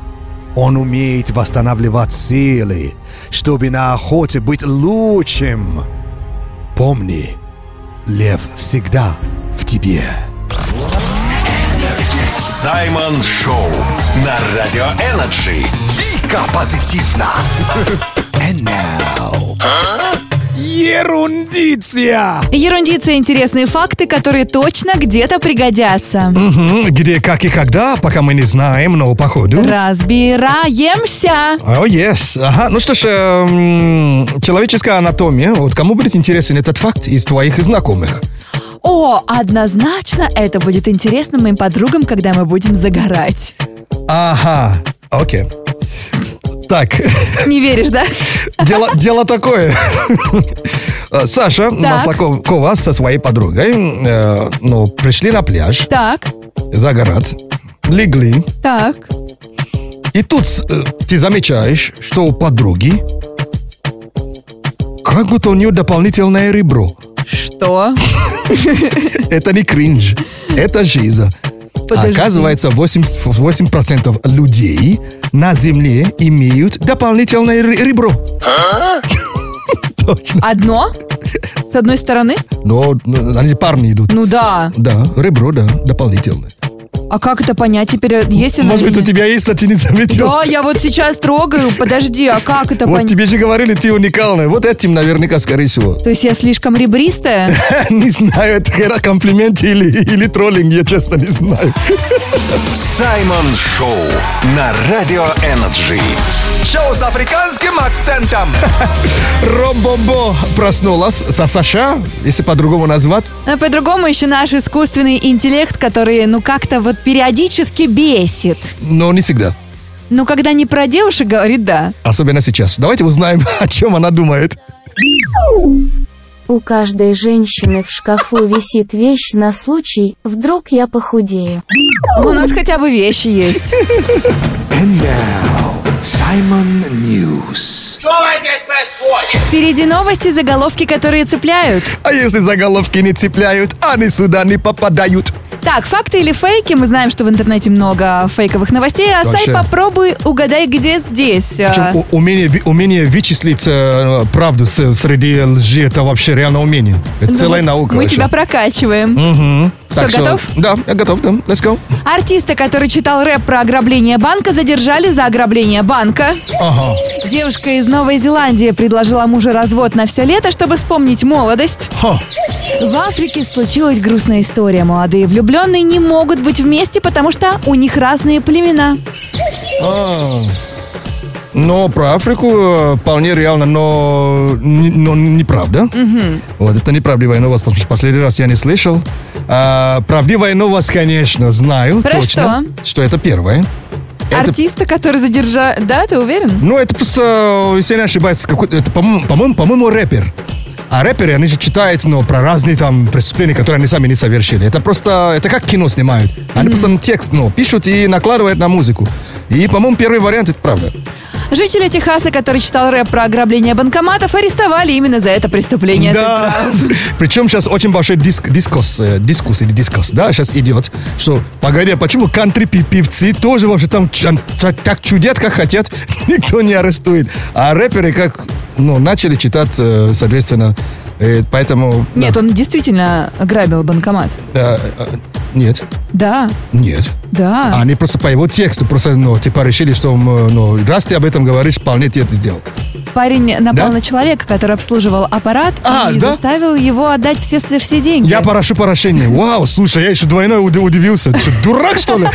Он умеет восстанавливать силы, чтобы на охоте быть лучшим. Помни, лев всегда в тебе. Саймон Шоу на Радио Энерджи. Дико позитивно. And now. Ерундиция! Ерундица – интересные факты, которые точно где-то пригодятся. Мгм, Где, как и когда, пока мы не знаем, но походу... Разбираемся. О, Oh, yes. Ага. Ну что ж, эм, человеческая анатомия. Вот кому будет интересен этот факт из твоих знакомых? О, однозначно это будет интересно моим подругам, когда мы будем загорать. Ага, окей. Так, Не веришь, да? дело, дело такое. Э, Саша Маслакова со своей подругой, э, ну, пришли на пляж, Так, загорать, легли, так. и тут э, ты замечаешь, что у подруги как будто у нее дополнительное ребро. Что? Это не кринж, это жиза. Подожди. Оказывается, 80 8% людей на Земле имеют дополнительное ре- ребро. Точно. Одно? С одной стороны? Но ну, они парни идут. Ну да. Да, ребро, да, дополнительное. А как это понять теперь? Есть у нас Может быть, у тебя есть, а ты не заметил? Да, я вот сейчас трогаю. Подожди, а как это Вот понять? тебе же говорили, ты уникальная. Вот этим наверняка, скорее всего. То есть я слишком ребристая? Не знаю, это хера комплимент или, или троллинг, я честно не знаю. Саймон Шоу на Радио Энерджи. Шоу с африканским акцентом. Ромбомбо проснулась со Саша, если по-другому назвать. Но Э, по-другому еще наш искусственный интеллект, который, ну, как-то вот периодически бесит. Но не всегда. Ну, когда не про девушек говорит, да. Особенно сейчас. Давайте узнаем, о чем она думает. У каждой женщины в шкафу висит вещь на случай, вдруг я похудею. У нас хотя бы вещи есть. And now, Simon News. Впереди новости, заголовки, которые цепляют. А если заголовки не цепляют, они сюда не попадают. Так, факты или фейки? Мы знаем, что в интернете много фейковых новостей. А сайт Вообще. попробуй угадай, где здесь. Причем А, у- умение, ви- умение вычислить э, правду с- среди лжи, это вообще реально умение. Это ну, целая вот наука. Мы вообще. тебя прокачиваем. Мгм. Что, готов? Да, я готов, да. Let's go. Артиста, который читал рэп про ограбление банка, задержали за ограбление банка. Ага. Девушка из Новой Зеландии предложила мужу развод на все лето, чтобы вспомнить молодость. Ха. В Африке случилась грустная история. Молодые влюбленные не могут быть вместе, потому что у них разные племена. А. Но про Африку э, вполне реально, но, не- но неправда. Вот это неправдивая новость, потому что последний раз я не слышал. А, правдивая новость, конечно, знаю Про точно, что? это первое. Это- Артиста, который задержал... Да, ты уверен? ну, это просто, э, если я не ошибаюсь, какой-то, это, по-моему, по-моему, по-моему, рэпер. А рэперы, они же читают, но про разные там преступления, которые они сами не совершили. Это просто, это как кино снимают. Они просто текст, ну, пишут и накладывают на музыку. И, по-моему, первый вариант, это правда. Жители Техаса, который читал рэп про ограбление банкоматов, арестовали именно за это преступление. Ты Да. прав. Причем сейчас очень большой диск, дискус, э, дискус или дискус, да, сейчас идет, что, погоди, а почему кантри пи- певцы тоже вообще там чан- та- так чудят, как хотят, никто не арестует. А рэперы как, ну, начали читать, э, соответственно, э, поэтому... да, Нет, он действительно ограбил банкомат. э, э, нет, Да, нет. да. Они просто по его тексту просто, ну, типа решили, что, м, э, ну, раз ты об этом говоришь, вполне ты это сделал. Парень напал Да? на человека, который обслуживал аппарат А, и да? заставил его отдать все, все деньги. Я прошу порошение. Вау, слушай, я еще двойной уд- удивился. Ты что, дурак, что ли?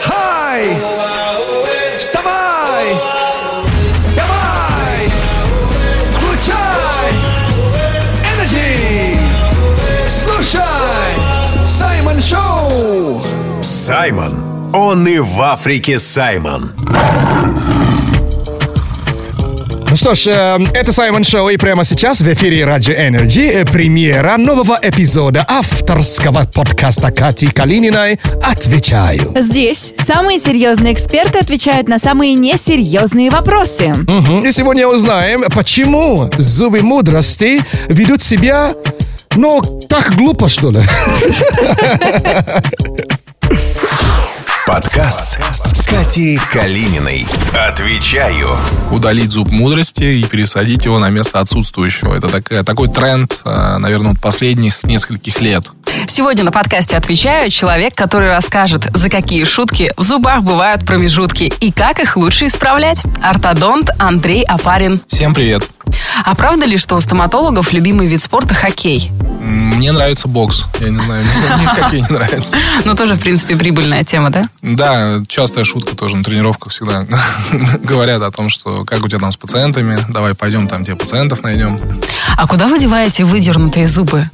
Хай! Вставай! Давай! Включай! Energy! Саймон. Он и в Африке Саймон. Ну что ж, э, это Саймон Шоу, и прямо сейчас в эфире Раджи Energy э, премьера нового эпизода авторского подкаста Кати Калининой «Отвечаю». Здесь самые серьезные эксперты отвечают на самые несерьезные вопросы. Мгм. И сегодня узнаем, почему зубы мудрости ведут себя, ну, так глупо, что ли. Подкаст Кати Калининой. Отвечаю. удалить зуб мудрости и пересадить его на место отсутствующего. Это такая, такой тренд, э, наверное, вот последних нескольких лет. Сегодня на подкасте «Отвечаю» человек, который расскажет, за какие шутки в зубах бывают промежутки и как их лучше исправлять. Ортодонт Андрей Апарин. Всем привет. А правда ли, что у стоматологов любимый вид спорта – хоккей? М, Мне нравится бокс. Я не знаю, мне мне хоккей не нравится. Ну, тоже, в принципе, прибыльная тема, да? Да, частая шутка тоже на тренировках всегда. Говорят о том, что как у тебя там с пациентами, давай пойдем там, где пациентов найдем. А куда вы деваете выдернутые зубы?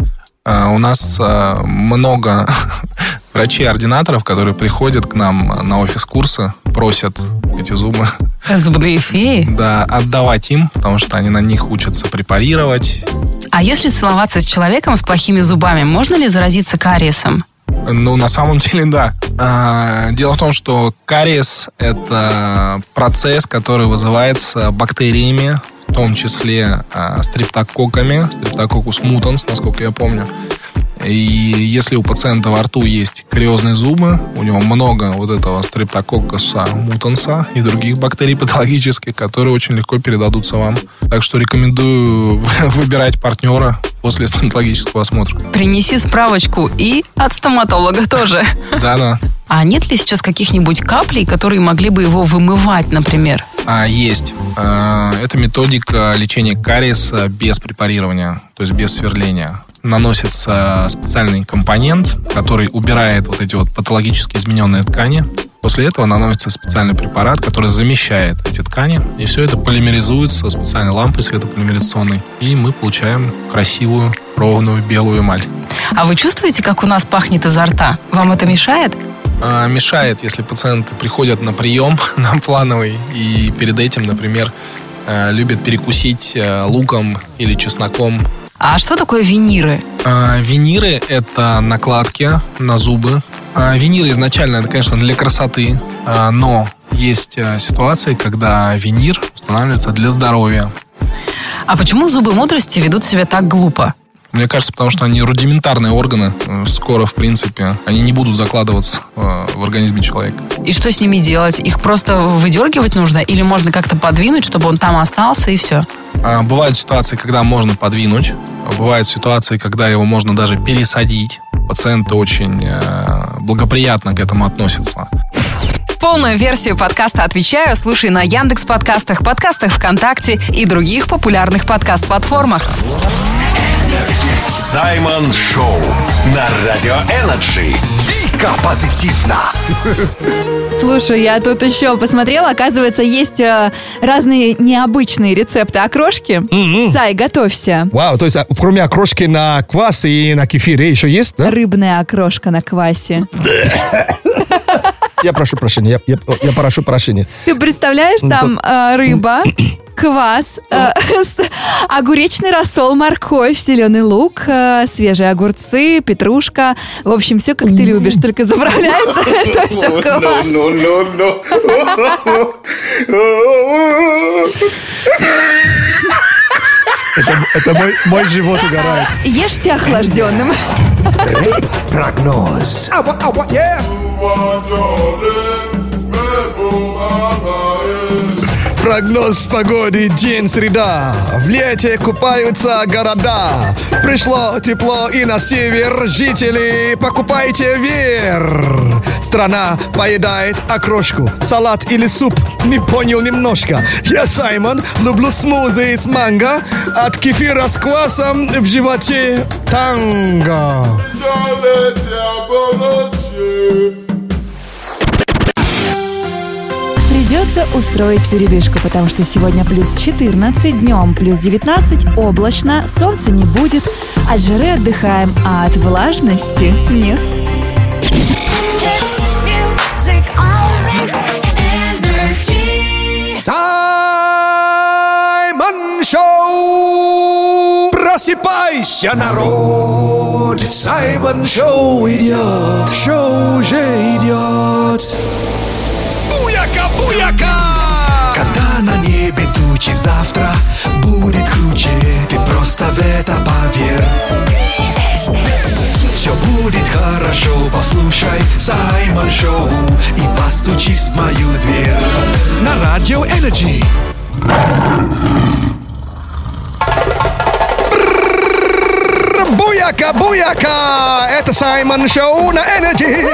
А, У нас а, много врачей-ординаторов, которые приходят к нам на офис курса, просят эти зубы Зубные феи? да, отдавать им, потому что они на них учатся препарировать. А если целоваться с человеком с плохими зубами, можно ли заразиться кариесом? Ну, на самом деле, да. А, Дело в том, что кариес – это процесс, который вызывается бактериями, в том числе а, стрептококками, стрептококус мутанс, насколько я помню. И если у пациента во рту есть кариозные зубы, у него много вот этого стрептококкуса мутанса и других бактерий патологических, которые очень легко передадутся вам. Так что рекомендую выбирать партнера после стоматологического осмотра. Принеси справочку и от стоматолога тоже. Да-да. А нет ли сейчас каких-нибудь каплей, которые могли бы его вымывать, например? А, есть. А, Это методика лечения кариеса без препарирования, то есть без сверления. Наносится специальный компонент, который убирает вот эти вот патологически измененные ткани. После этого наносится специальный препарат, который замещает эти ткани. И все это полимеризуется специальной лампой светополимеризационной. И мы получаем красивую, ровную, белую эмаль. А вы чувствуете, как у нас пахнет изо рта? Вам это мешает? А, мешает, если пациенты приходят на прием, на плановый, и перед этим, например, э, любят перекусить э, луком или чесноком. А что такое виниры? А, Виниры – это накладки на зубы. А, Виниры изначально, это, конечно, для красоты, а, но есть э, ситуации, когда винир устанавливается для здоровья. А почему зубы мудрости ведут себя так глупо? Мне кажется, потому что они рудиментарные органы. Э, Скоро, в принципе, они не будут закладываться э, в организме человека. И что с ними делать? Их просто выдергивать нужно? Или можно как-то подвинуть, чтобы он там остался и все? А, Бывают ситуации, когда можно подвинуть. Бывают ситуации, когда его можно даже пересадить. Пациенты очень э, благоприятно к этому относятся. Полную версию подкаста «Отвечаю» слушай на Яндекс подкастах, подкастах ВКонтакте и других популярных подкаст-платформах. Саймон Шоу на Радио Энерджи. Дико позитивно. Слушай, я тут еще посмотрела, оказывается, есть э, разные необычные рецепты окрошки. Сай, готовься. Вау, то есть а, кроме окрошки на квас и на кефире еще есть, да? Рыбная окрошка на квасе. Я прошу прощения, я, я, я прошу прощения. Ты представляешь, Ну, там э, рыба, квас, э, с- огуречный рассол, морковь, зеленый лук, э, свежие огурцы, петрушка. В общем, все как ты любишь, только заправляется это все ну, квас. Это, это мой, мой живот угорает. Ешьте охлажденным. Прогноз. Прогноз погоды, день среда. В лете купаются города. Пришло тепло и на север. Жители, покупайте вер. Страна поедает окрошку, салат или суп. Не понял немножко. Я Саймон, люблю смузи из манго. От кефира с квасом в животе танго. Придется устроить передышку, потому что сегодня плюс 14 днем, плюс 19 облачно, солнца не будет, от жары отдыхаем, а от влажности нет. Веселися, народ! Саймон Шоу идет! Шоу уже идет! Буяка, буяка! Когда на небе тучи завтра будет круче, ты просто в это поверь. Все будет хорошо, послушай Саймон Шоу и постучись в мою дверь. На радио Energy. Буяка, буяка! Это Саймон Шоу на Energy!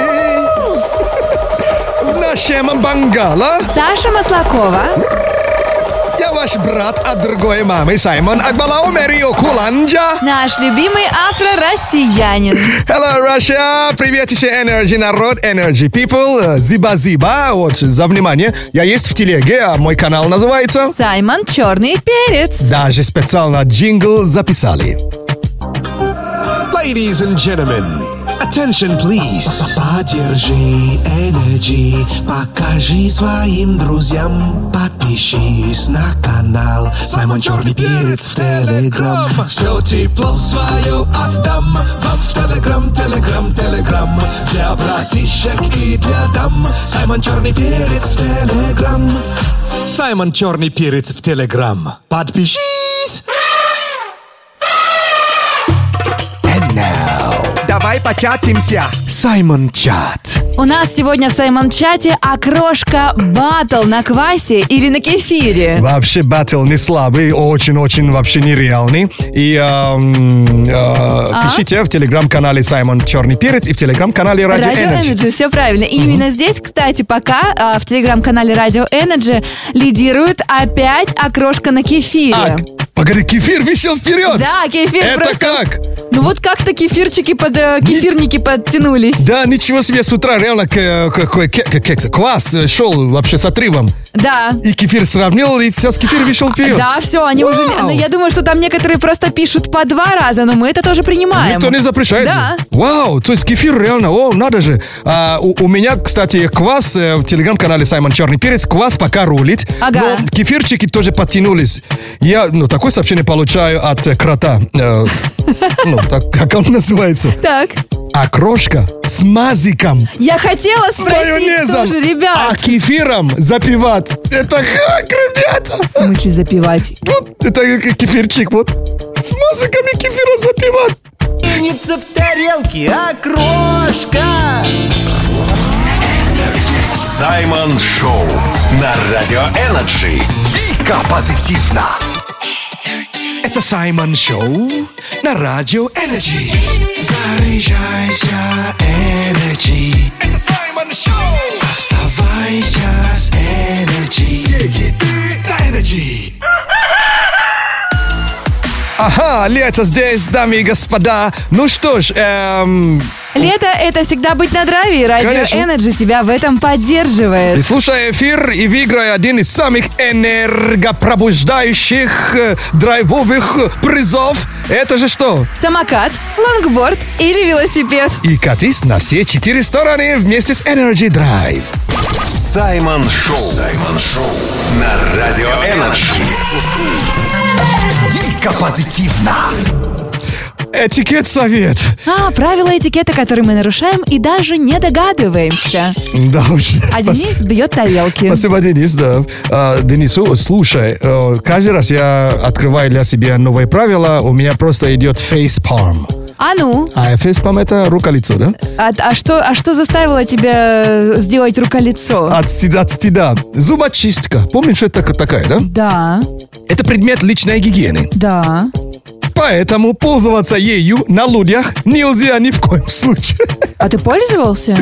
В нашем Бангала Саша Маслакова. я ваш брат от другой мамы Саймон Акбалау Мерио Куланджа. Наш любимый афро-россиянин. Hello, Russia! Привет еще Energy народ, Energy people. Зиба-зиба, вот, за внимание. Я есть в телеге, а мой канал называется... Саймон Черный Перец. Даже специально джингл записали. Ladies and gentlemen, attention please. Поддержи Energy, покажи своим друзьям. Подпишись на канал Саймон Черный Перец в Телеграм. Все тепло свое отдам вам в Телеграм, Телеграм, Телеграм. Для братишек и для дам Саймон Черный Перец в Телеграм. Саймон Черный Перец в Телеграм. Подпишись! Давай початимся. Саймон Чат. У нас сегодня в Саймон-чате окрошка батл на квасе или на кефире. Вообще баттл не слабый, очень-очень вообще нереальный. И эм, э, А? пишите в телеграм-канале Саймон Черный Перец и в телеграм-канале Радио Радио Energy. Energy, все правильно. И именно здесь, кстати, пока а, в телеграм-канале Радио Energy лидирует опять окрошка на кефире. А, Погоди, кефир висел вперед! Да, кефир А, Это просто- как? Ну вот как-то кефирчики под э, кефирники подтянулись. Да, ничего себе, с утра реально к- какой ке- ке- кекс- квас э, шел вообще с отрывом. Да. И кефир сравнил, и сейчас кефир вышел вперед. Да, все, они уже... Вау! Ну, я думаю, что там некоторые просто пишут по два раза, но мы это тоже принимаем. Никто не запрещает. же. Да. Вау, то есть кефир реально, о, надо же. А, у, у меня, кстати, квас э, в телеграм-канале Саймон Черный Перец, квас пока рулит. Ага. Но кефирчики тоже подтянулись. Я, ну, такое сообщение получаю от э, крота. Э, ну, так, как он называется? Так. Окрошка с мазиком. Я хотела С спросить майонезом. тоже, ребят. А кефиром запивать. Это как, ребята? В смысле запивать? Вот, это к- кефирчик, вот. С мазиками кефиром запивать. Пенится в тарелке окрошка. Саймон Шоу на Радио Энерджи. Дико позитивно. Это Саймон Шоу на Радио Энерджи. Заряжайся, Энерджи. Это Саймон Шоу. Оставайся с Энерджи. Все хиты на Энерджи. Ага, лето здесь, дамы и господа. Ну что ж, эм, Лето — это всегда быть на драйве, и Радио Конечно. Energy тебя в этом поддерживает. и слушая эфир и выиграя один из самых энергопробуждающих э, драйвовых э, призов, это же что? Самокат, лонгборд или велосипед. И катись на все четыре стороны вместе с Energy Drive. Саймон Шоу. Саймон Шоу на Радио Энерджи. Дико позитивно. Этикет-совет. А, правила этикета, которые мы нарушаем и даже не догадываемся. Да уж. А спас- Денис бьет тарелки. Спасибо, Денис, да. А, Денис, о, слушай, э, каждый раз я открываю для себя новые правила, у меня просто идет фейспалм. А ну, А фейспалм это рука-лицо, да? а, а что, а что заставило тебя э, сделать руколицо? От, стид- от стида. Зубочистка. Помнишь, это так- такая, да? Да, Это предмет личной гигиены. да. Поэтому пользоваться ею на людях нельзя ни в коем случае. А ты пользовался?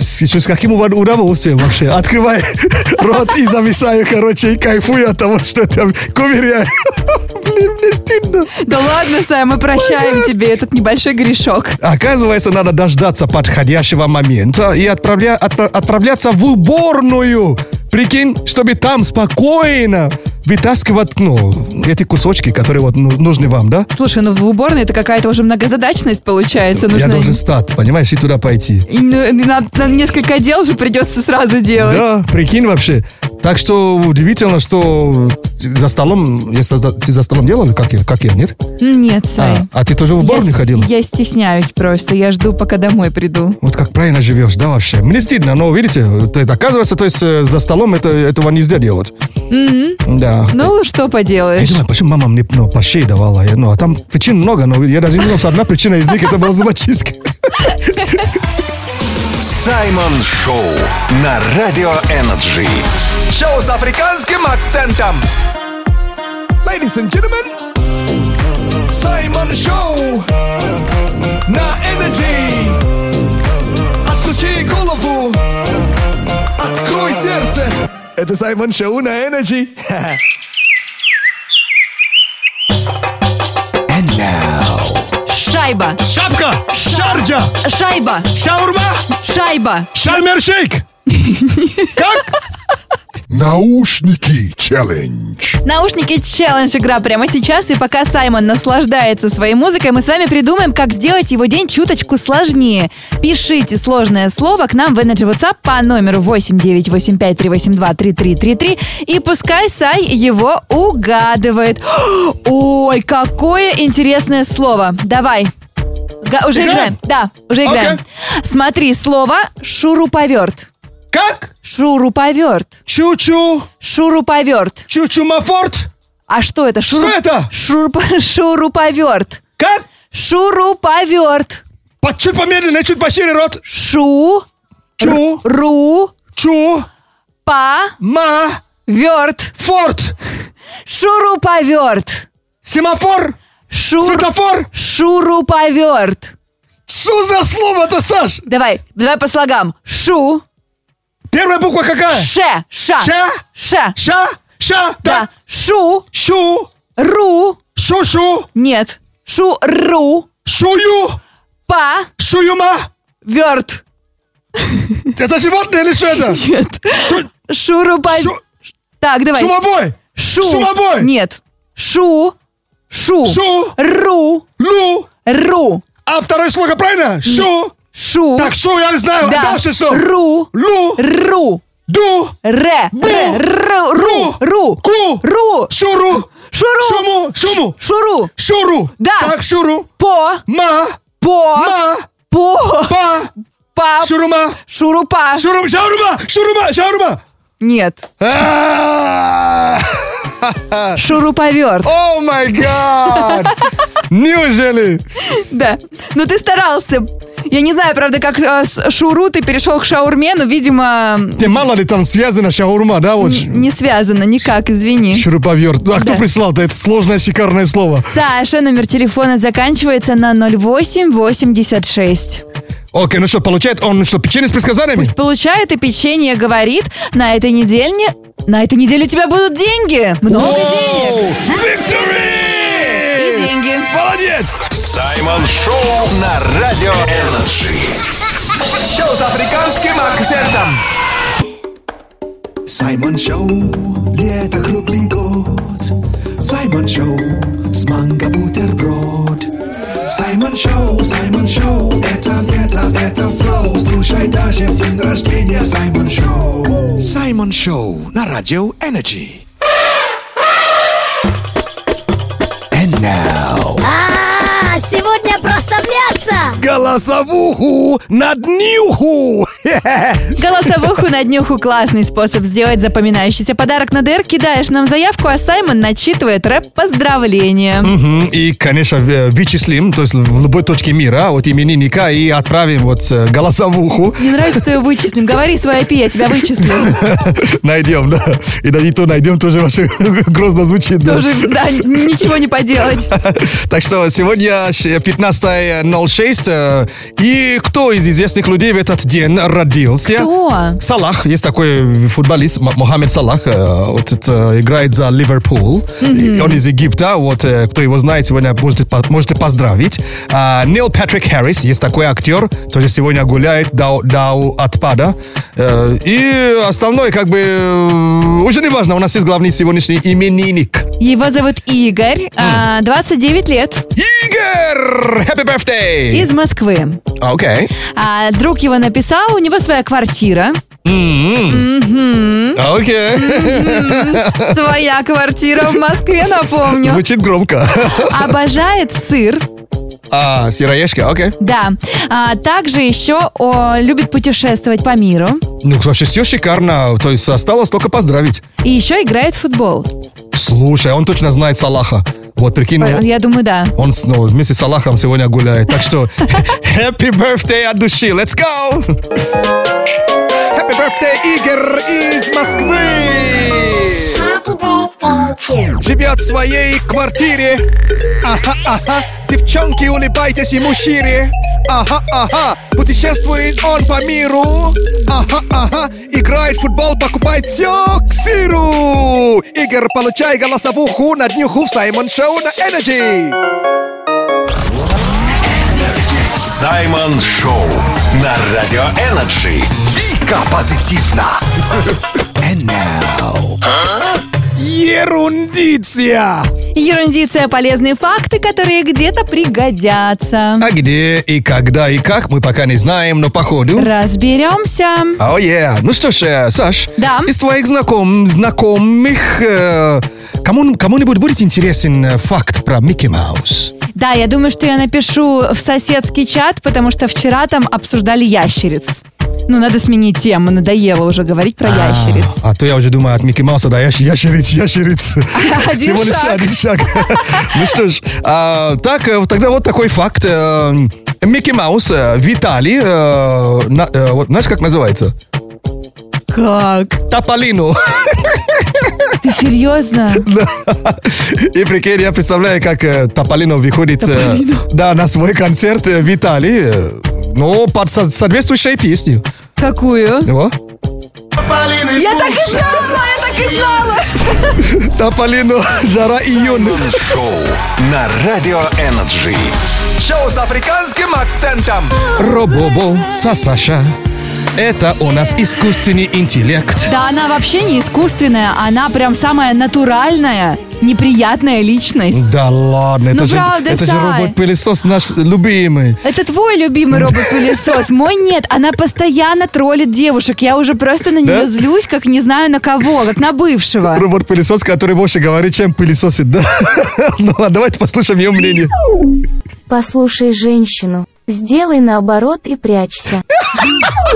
Сейчас с каким уд- удовольствием вообще. Открываю рот и зависаю, короче, и кайфую от того, что там ковыряю. Блин, мне стыдно. Да ладно, Сэм, мы прощаем тебе этот небольшой грешок. Оказывается, надо дождаться подходящего момента и отправля- отпра- отправляться в уборную. Прикинь, чтобы там спокойно вытаскивать, ну, эти кусочки, которые вот ну, нужны вам, да? Слушай, ну в уборной это какая-то уже многозадачность получается. Я Нужно должен стать, понимаешь, и туда пойти. И, ну, и на, на несколько дел же придется сразу делать. Да, прикинь вообще. Так что удивительно, что за столом, если за- ты за столом делал, как я, как я нет? Нет, Сай. А, а ты тоже в бар не Я с- ходил? Я стесняюсь просто, я жду, пока домой приду. Вот как правильно живешь, да, вообще? Мне стыдно, но видите, то есть, оказывается, то есть э, за столом это, этого нельзя делать. Мгм. Да. Ну, что Я поделаешь. думаю, почему мама мне ну, пощей давала? Я, ну, а там причин много, но я даже не знал, что одна причина из них это была зубочистка. Саймон Шоу на Радио Энерджи. Шоу с африканским акцентом. Ladies and gentlemen, Саймон Шоу на Energy. Отключи голову, открой сердце. Это Саймон Шоу на Energy. And now... Шайба. Шапка. Шарджа. Шайба. Шаурма. Шайба. Шальмершейк. Наушники челлендж. Наушники челлендж игра прямо сейчас, и пока Саймон наслаждается своей музыкой, мы с вами придумаем, как сделать его день чуточку сложнее. Пишите сложное слово к нам в Energy WhatsApp по номеру 89853823333 и пускай Сай его угадывает. Ой, какое интересное слово. Давай. Га- уже играем? Играем? Да, уже играем. Смотри, слово шуруповерт. Как? Шуруповерт. Чу-чу. Шуруповерт. Чу-чу-мафорт. А что это? Шуру... Что это? Шуруп- Шуруповерт. Как? Шуруповерт. Под чуть помедленнее, чуть пошире рот. Шу. Чу. Ру. Чу. Па. Ма. Верт. Форт. Шуруповерт. Семафор. Шур... Светофор. Шуруповерт. Что за слово-то, Саш? Давай, давай по слогам. Шу. Первая буква какая? Ше. Ша. Ша. Ша. Ша. Ша. Да. Э. Да. Шу. Шу. Ру. Шу-шу. Нет. Шуру. Шую. Па. Шуюма. Верт. Это животное или что это? Нет. Шу- Шуруповерт. шу- Так, давай. Шумовой. Шу. Шумовой. Нет. Шу. Шу. Шу. Ру. Лу. Ру. А второе слово правильно? Шу. Шу. Так, шу, я не знаю. А Да. Дальше что? Ру. Лу. Ру. Ду. Ре. Бу. Ре. Ру. Ру. Ру. Ку. Ру. Шуру. Шуру. Шуму. Шуму. Шуру. Шуру. Да. Так, шуру. По. Ма. По. Ма. По. Па. Па. Шурума. Шурупа. Шурум. Шаурма. Шурума. Шаурма. Нет. А! Шуруповерт. О май гад! Oh Неужели? Да. Но ты старался. Я не знаю, правда, как э, с шуру ты перешел к шаурме, но, видимо, Ты мало ли там связана шаурма, да? Вот н- не связано никак, извини. шуруповерт. Ну, А кто Да. прислал-то это сложное шикарное слово? Саша, номер телефона заканчивается на 0886. Окей, ну что, получает он что, печенье с предсказаниями? Пусть получает и печенье говорит, на этой неделе... На этой неделе у тебя будут деньги. Много денег. И Victory! деньги. Молодец! Саймон Шоу на Радио Энерджи. Шоу с африканским акцентом. Саймон Шоу, лето круглый год. Саймон Шоу, с манго бутерброд. Саймон Шоу, Саймон Шоу, это лето, это флоу. Слушай даже в день рождения Саймон Шоу. Саймон Шоу на радио Energy. And now... А, сегодня проставляться! Голосовуху на днюху! Голосовуху на днюху классный способ сделать запоминающийся подарок на ДР. Кидаешь нам заявку, а Саймон начитывает рэп поздравления. Мгм, И, конечно, э, вычислим, то есть в любой точке мира, вот именинника, и отправим вот э, голосовуху. Не нравится, что я вычислим. Говори свое IP, я тебя вычислю. Найдем, да. И да, и то найдем, тоже вообще грозно звучит. да. Тоже, да, ничего не поделать. Так что сегодня э, щ- 15.06. э, И кто из известных людей в этот день родился? Кто? Салах, есть такой футболист, М- Мохаммед Салах, э, вот это, играет за Ливерпул, И он из Египта, вот э, кто его знает, сегодня можете, по- можете поздравить. А, Нил Патрик Харрис, есть такой актер, тоже сегодня гуляет до, до отпада. Э, И остальное, как бы, э, уже не важно, у нас есть главный сегодняшний именинник. Его зовут Игорь, а, 29 лет, Игорь! Happy birthday! из Москвы. Окей. А, друг его написал, у него своя квартира. М-м. Мгм. Мгм. Окей. Своя квартира в Москве, напомню. Звучит громко. Обожает сыр. А, сыроежки, окей. Да. А также еще о, любит путешествовать по миру. Ну, вообще все шикарно. То есть осталось только поздравить. И еще играет в футбол. Слушай, а он точно знает Салаха. Вот, прикинь, ну, По- он- Я думаю, да. он с- ну, вместе с Салахом сегодня гуляет. Так что, happy birthday от души. Let's go! Happy birthday, Игорь из Москвы! Живет в своей квартире. Ага, ага. Девчонки, улыбайтесь ему шире. Ага, ага. Путешествует он по миру. Ага, ага. Играет в футбол, покупает все к сыру. Игорь, получай голосовуху на днюху в Саймон Шоу на Energy. Саймон Шоу на Радио Энерджи. Дико позитивно. And now. Ерундиция. Ерундиция полезные факты, которые где-то пригодятся. А где и когда и как, мы пока не знаем, но походу... Разберемся. О, yeah. Ну что ж, э, Саш, Да. из твоих знаком, знакомых, э, кому, кому-нибудь будет интересен э, факт про Микки Маус? Да, я думаю, что я напишу в соседский чат, потому что вчера там обсуждали ящериц. Ну, надо сменить тему, надоело уже говорить про ящериц. А то я уже думаю, от Микки Мауса до ящ- ящериц, ящериц. Один Всего лишь шаг. один шаг. Ну что ж, а, так, э, тогда вот такой факт. Э, Микки Маус э, в Италии, э, на- э, вот знаешь, как называется? Как? Тополину. Ты серьезно? И прикинь, я представляю, как э, Тополино выходит э, да, на свой концерт э, в Италии, э, но под со- соответствующей песней. Какую? Его? Я так и знала, я так и знала. Тополино, жара июня. Шоу на Радио Энерджи. Шоу с африканским акцентом. Робобо, Сасаша. Это у нас искусственный интеллект. Да, она вообще не искусственная, она прям самая натуральная, неприятная личность. Да ладно, это Ну же, правда, это же Сай. робот-пылесос наш любимый. Это твой любимый робот-пылесос. Мой нет. Она постоянно троллит девушек. Я уже просто на нее Да? злюсь, как не знаю на кого, как на бывшего. Робот-пылесос, который больше говорит, чем пылесосит, да? Ну ладно, давайте послушаем ее мнение. Послушай женщину. Сделай наоборот и прячься.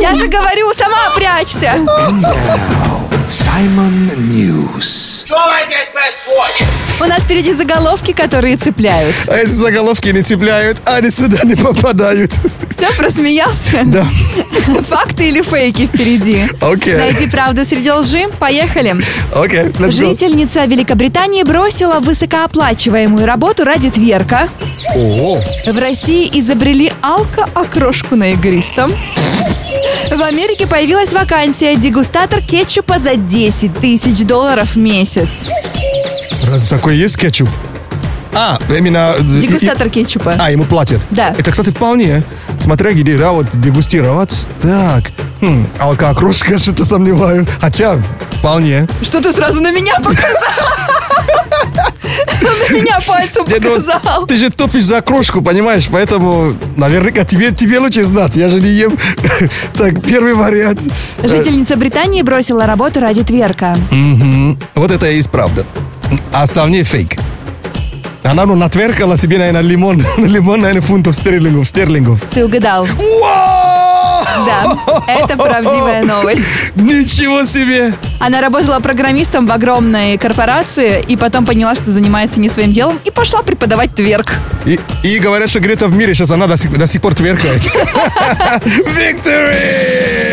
Я же говорю, сама прячься. Саймон Ньюс. У нас впереди заголовки, которые цепляют. А если заголовки не цепляют, они сюда не попадают. Все, просмеялся? Да. Факты или фейки впереди? Окей. Найди правду среди лжи. Поехали. Окей, let's go. Жительница Великобритании бросила высокооплачиваемую работу ради тверка. О, В России изобрели алкоокрошку на игристом. В Америке появилась вакансия дегустатор кетчупа за 10 тысяч долларов в месяц. разве такой есть кетчуп? А, именно... э, Дегустатор кетчупа. и- А, ему платят? Да. Это, кстати, вполне. Смотря где, да, вот дегустировать. Так, хм, алкоокрошка, что-то сомневаюсь. Хотя, вполне. Что ты сразу на меня показал? Он на меня пальцем Я думаю, показал. Ты же топишь за крошку, понимаешь? Поэтому, наверняка, тебе, тебе лучше знать. Я же не ем. Так, первый вариант. Жительница Британии бросила работу ради тверка. Э, Мгм. Вот это и есть правда. А остальные фейк. Она ну, натверкала себе, наверное, лимон. лимон, наверное, фунтов стерлингов. стерлингов. Ты угадал. Да, это правдивая новость. Ничего себе! Она работала программистом в огромной корпорации и потом поняла, что занимается не своим делом и пошла преподавать тверк. И, и говорят, что где-то в мире сейчас она до сих, до сих пор тверкает. Victory!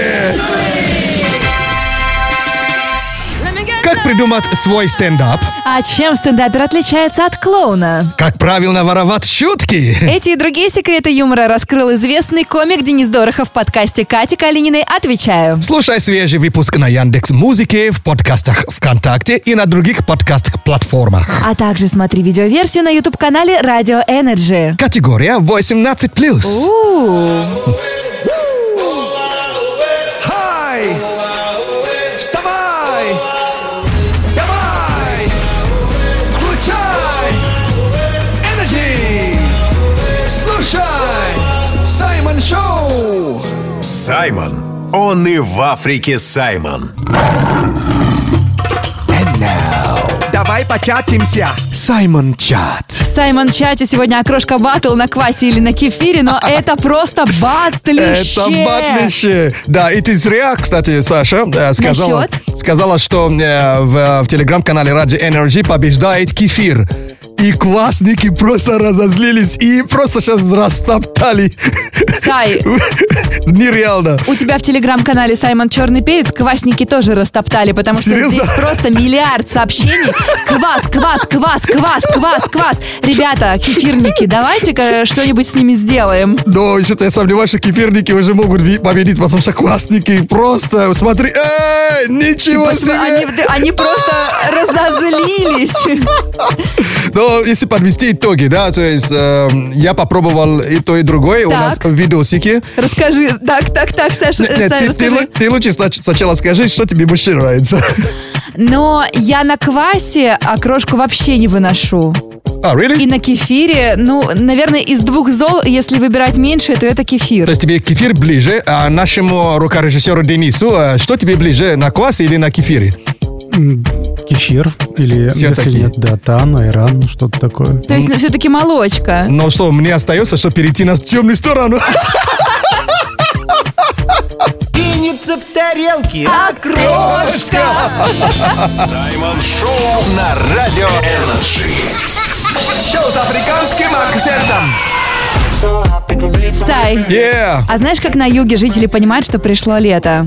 Как придумать свой стендап? А чем стендапер отличается от клоуна? Как правильно воровать шутки? Эти и другие секреты юмора раскрыл известный комик Денис Дорохов в подкасте Кати Калининой «Отвечаю». Слушай свежий выпуск на Яндекс Музыке, в подкастах ВКонтакте и на других подкаст-платформах. А также смотри видеоверсию на YouTube-канале «Радио Энерджи». Категория 18+. Хай! Вставай! Давай! Включай! Энерджи! Слушай! Саймон Шоу! Саймон Он и в Африке Саймон. Давай початимся. Саймон Чат. В Саймон чате сегодня окрошка баттл на квасе или на кефире, но это просто батлище. Это батлище. Да, и ты зря, кстати, Саша, э, сказала, сказала, что э, в, э, в телеграм-канале Radio Energy побеждает кефир. И квасники просто разозлились и просто сейчас растоптали. Сай, Нереально. у тебя в телеграм-канале Саймон Черный Перец квасники тоже растоптали, потому что Серьезно? здесь просто миллиард сообщений. Квас, квас, квас, квас, квас, квас. Ребята, кефирники, давайте-ка что-нибудь с ними сделаем. Но что-то я сомневаюсь, что кефирники уже могут ви- победить, потому что квасники просто, смотри, эй, ничего Посмотри, Они, себе! они просто разозлились. Но если подвести итоги, да, то есть эм, я попробовал и то, и другое у нас Так. в видосике. Расскажи. Так, так, так, Саша, Нет, э, нет, Саша, ты, ты расскажи. лу- ты лучше снач- сначала скажи, что тебе больше нравится. Но я на квасе окрошку вообще не выношу. А, really? И на кефире, ну, наверное, из двух зол, если выбирать меньше, то это То кефир. есть тебе кефир ближе, а нашему рукорежиссеру Денису, э, что тебе ближе, на квасе или на кефире? М, Кефир или, Все если такие. нет, да, тан, айран, что-то Э, такое. То есть ну, все-таки молочка. Но что, мне остается, что перейти на темную сторону. Пенится в тарелке Саймон Шоу на Радио Энерджи. Шоу с африканским акцентом. Сай. Yeah. А знаешь, как на юге жители понимают, что пришло лето?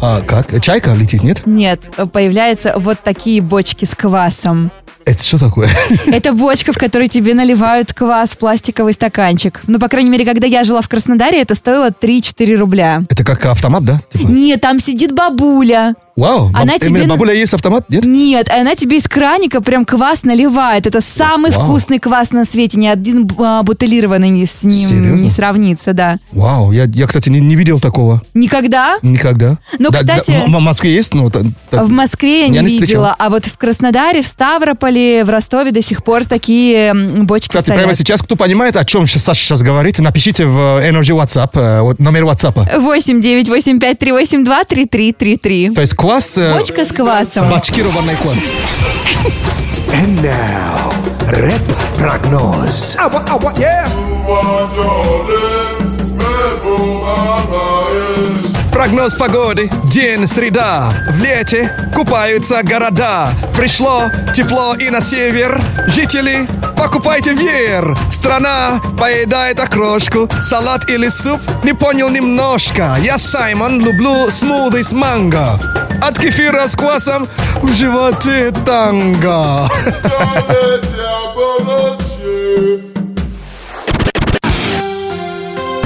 А как? Чайка летит, нет? Нет, появляются вот такие бочки с квасом. Это что такое? Это бочка, в которой тебе наливают квас, пластиковый стаканчик. Ну, по крайней мере, когда я жила в Краснодаре, это стоило 3-4 рубля. Это как автомат, да? Типа, Нет, там сидит бабуля. Вау, баб- Она именно тебе на- бабуля есть автомат, нет? Нет, она тебе из краника прям квас наливает. Это самый Вау. вкусный квас на свете. Ни один а, бутылированный не- с ним Серьезно? не сравнится, да. Вау, я, я кстати, не, не видел такого Никогда? никогда. Ну, Да, да, кстати- в М- Москве есть, но... та- та- В Москве я, не, встречал. видела, а вот в Краснодаре, в Ставрополе, в Ростове до сих пор такие м, бочки Кстати, стоят. прямо сейчас, кто понимает, о чем щас- Саша сейчас говорит, напишите в э, Energy WhatsApp, э, вот номер WhatsApp. 8 9 8 5 3 8 2 3 3 3 3. То есть квас... э, Бочка с квасом. Бочкированный квас. And now, рэп-прогноз. Ава, ава, yeah. а Прогноз погоды. День среда. В лете купаются города. Пришло тепло и на север. Жители, покупайте веер. Страна поедает окрошку. Салат или суп? Не понял немножко. Я Саймон, люблю смузи с манго. От кефира с квасом в животе танго.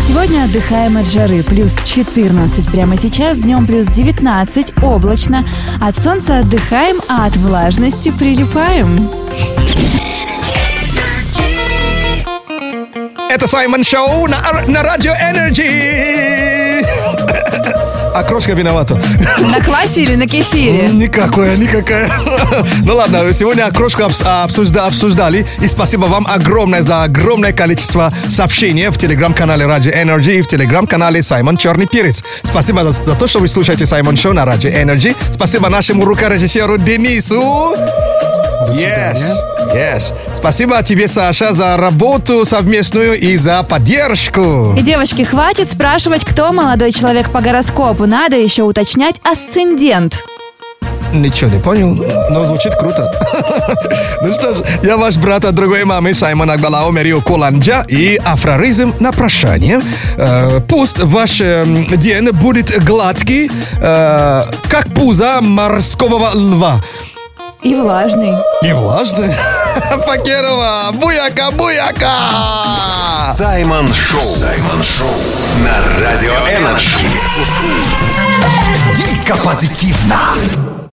Сегодня отдыхаем от жары. Плюс 14 прямо сейчас, днем плюс 19, облачно. От солнца отдыхаем, а от влажности прилипаем. Это Саймон Шоу на, на Радио Энерджи. Окрошка виновата. На квасе или на кефире? Никакое, никакое. Ну ладно, сегодня окрошку обс- а, обсужда- обсуждали. И спасибо вам огромное за огромное количество сообщений в телеграм-канале Radio Energy и в телеграм-канале Саймон Черный Перец. Спасибо за, за то, что вы слушаете Саймон Шоу на Radio Energy. Спасибо нашему рукорежиссеру Денису. Yes, yes. Спасибо тебе, Саша, за работу совместную и за поддержку. И, девочки, хватит спрашивать, кто молодой человек по гороскопу. Надо еще уточнять асцендент. Ничего не понял, но звучит круто. ну что ж, я ваш брат от другой мамы, Саймон Акбалао, Мерио Коланджа и афроризм на прощание. Э, пусть ваш эм, день будет гладкий, э, как пузо морского льва. И влажный. И влажный. Факерова, буяка, буяка! Саймон Шоу. Саймон Шоу на Радио Энерджи. Дико позитивно.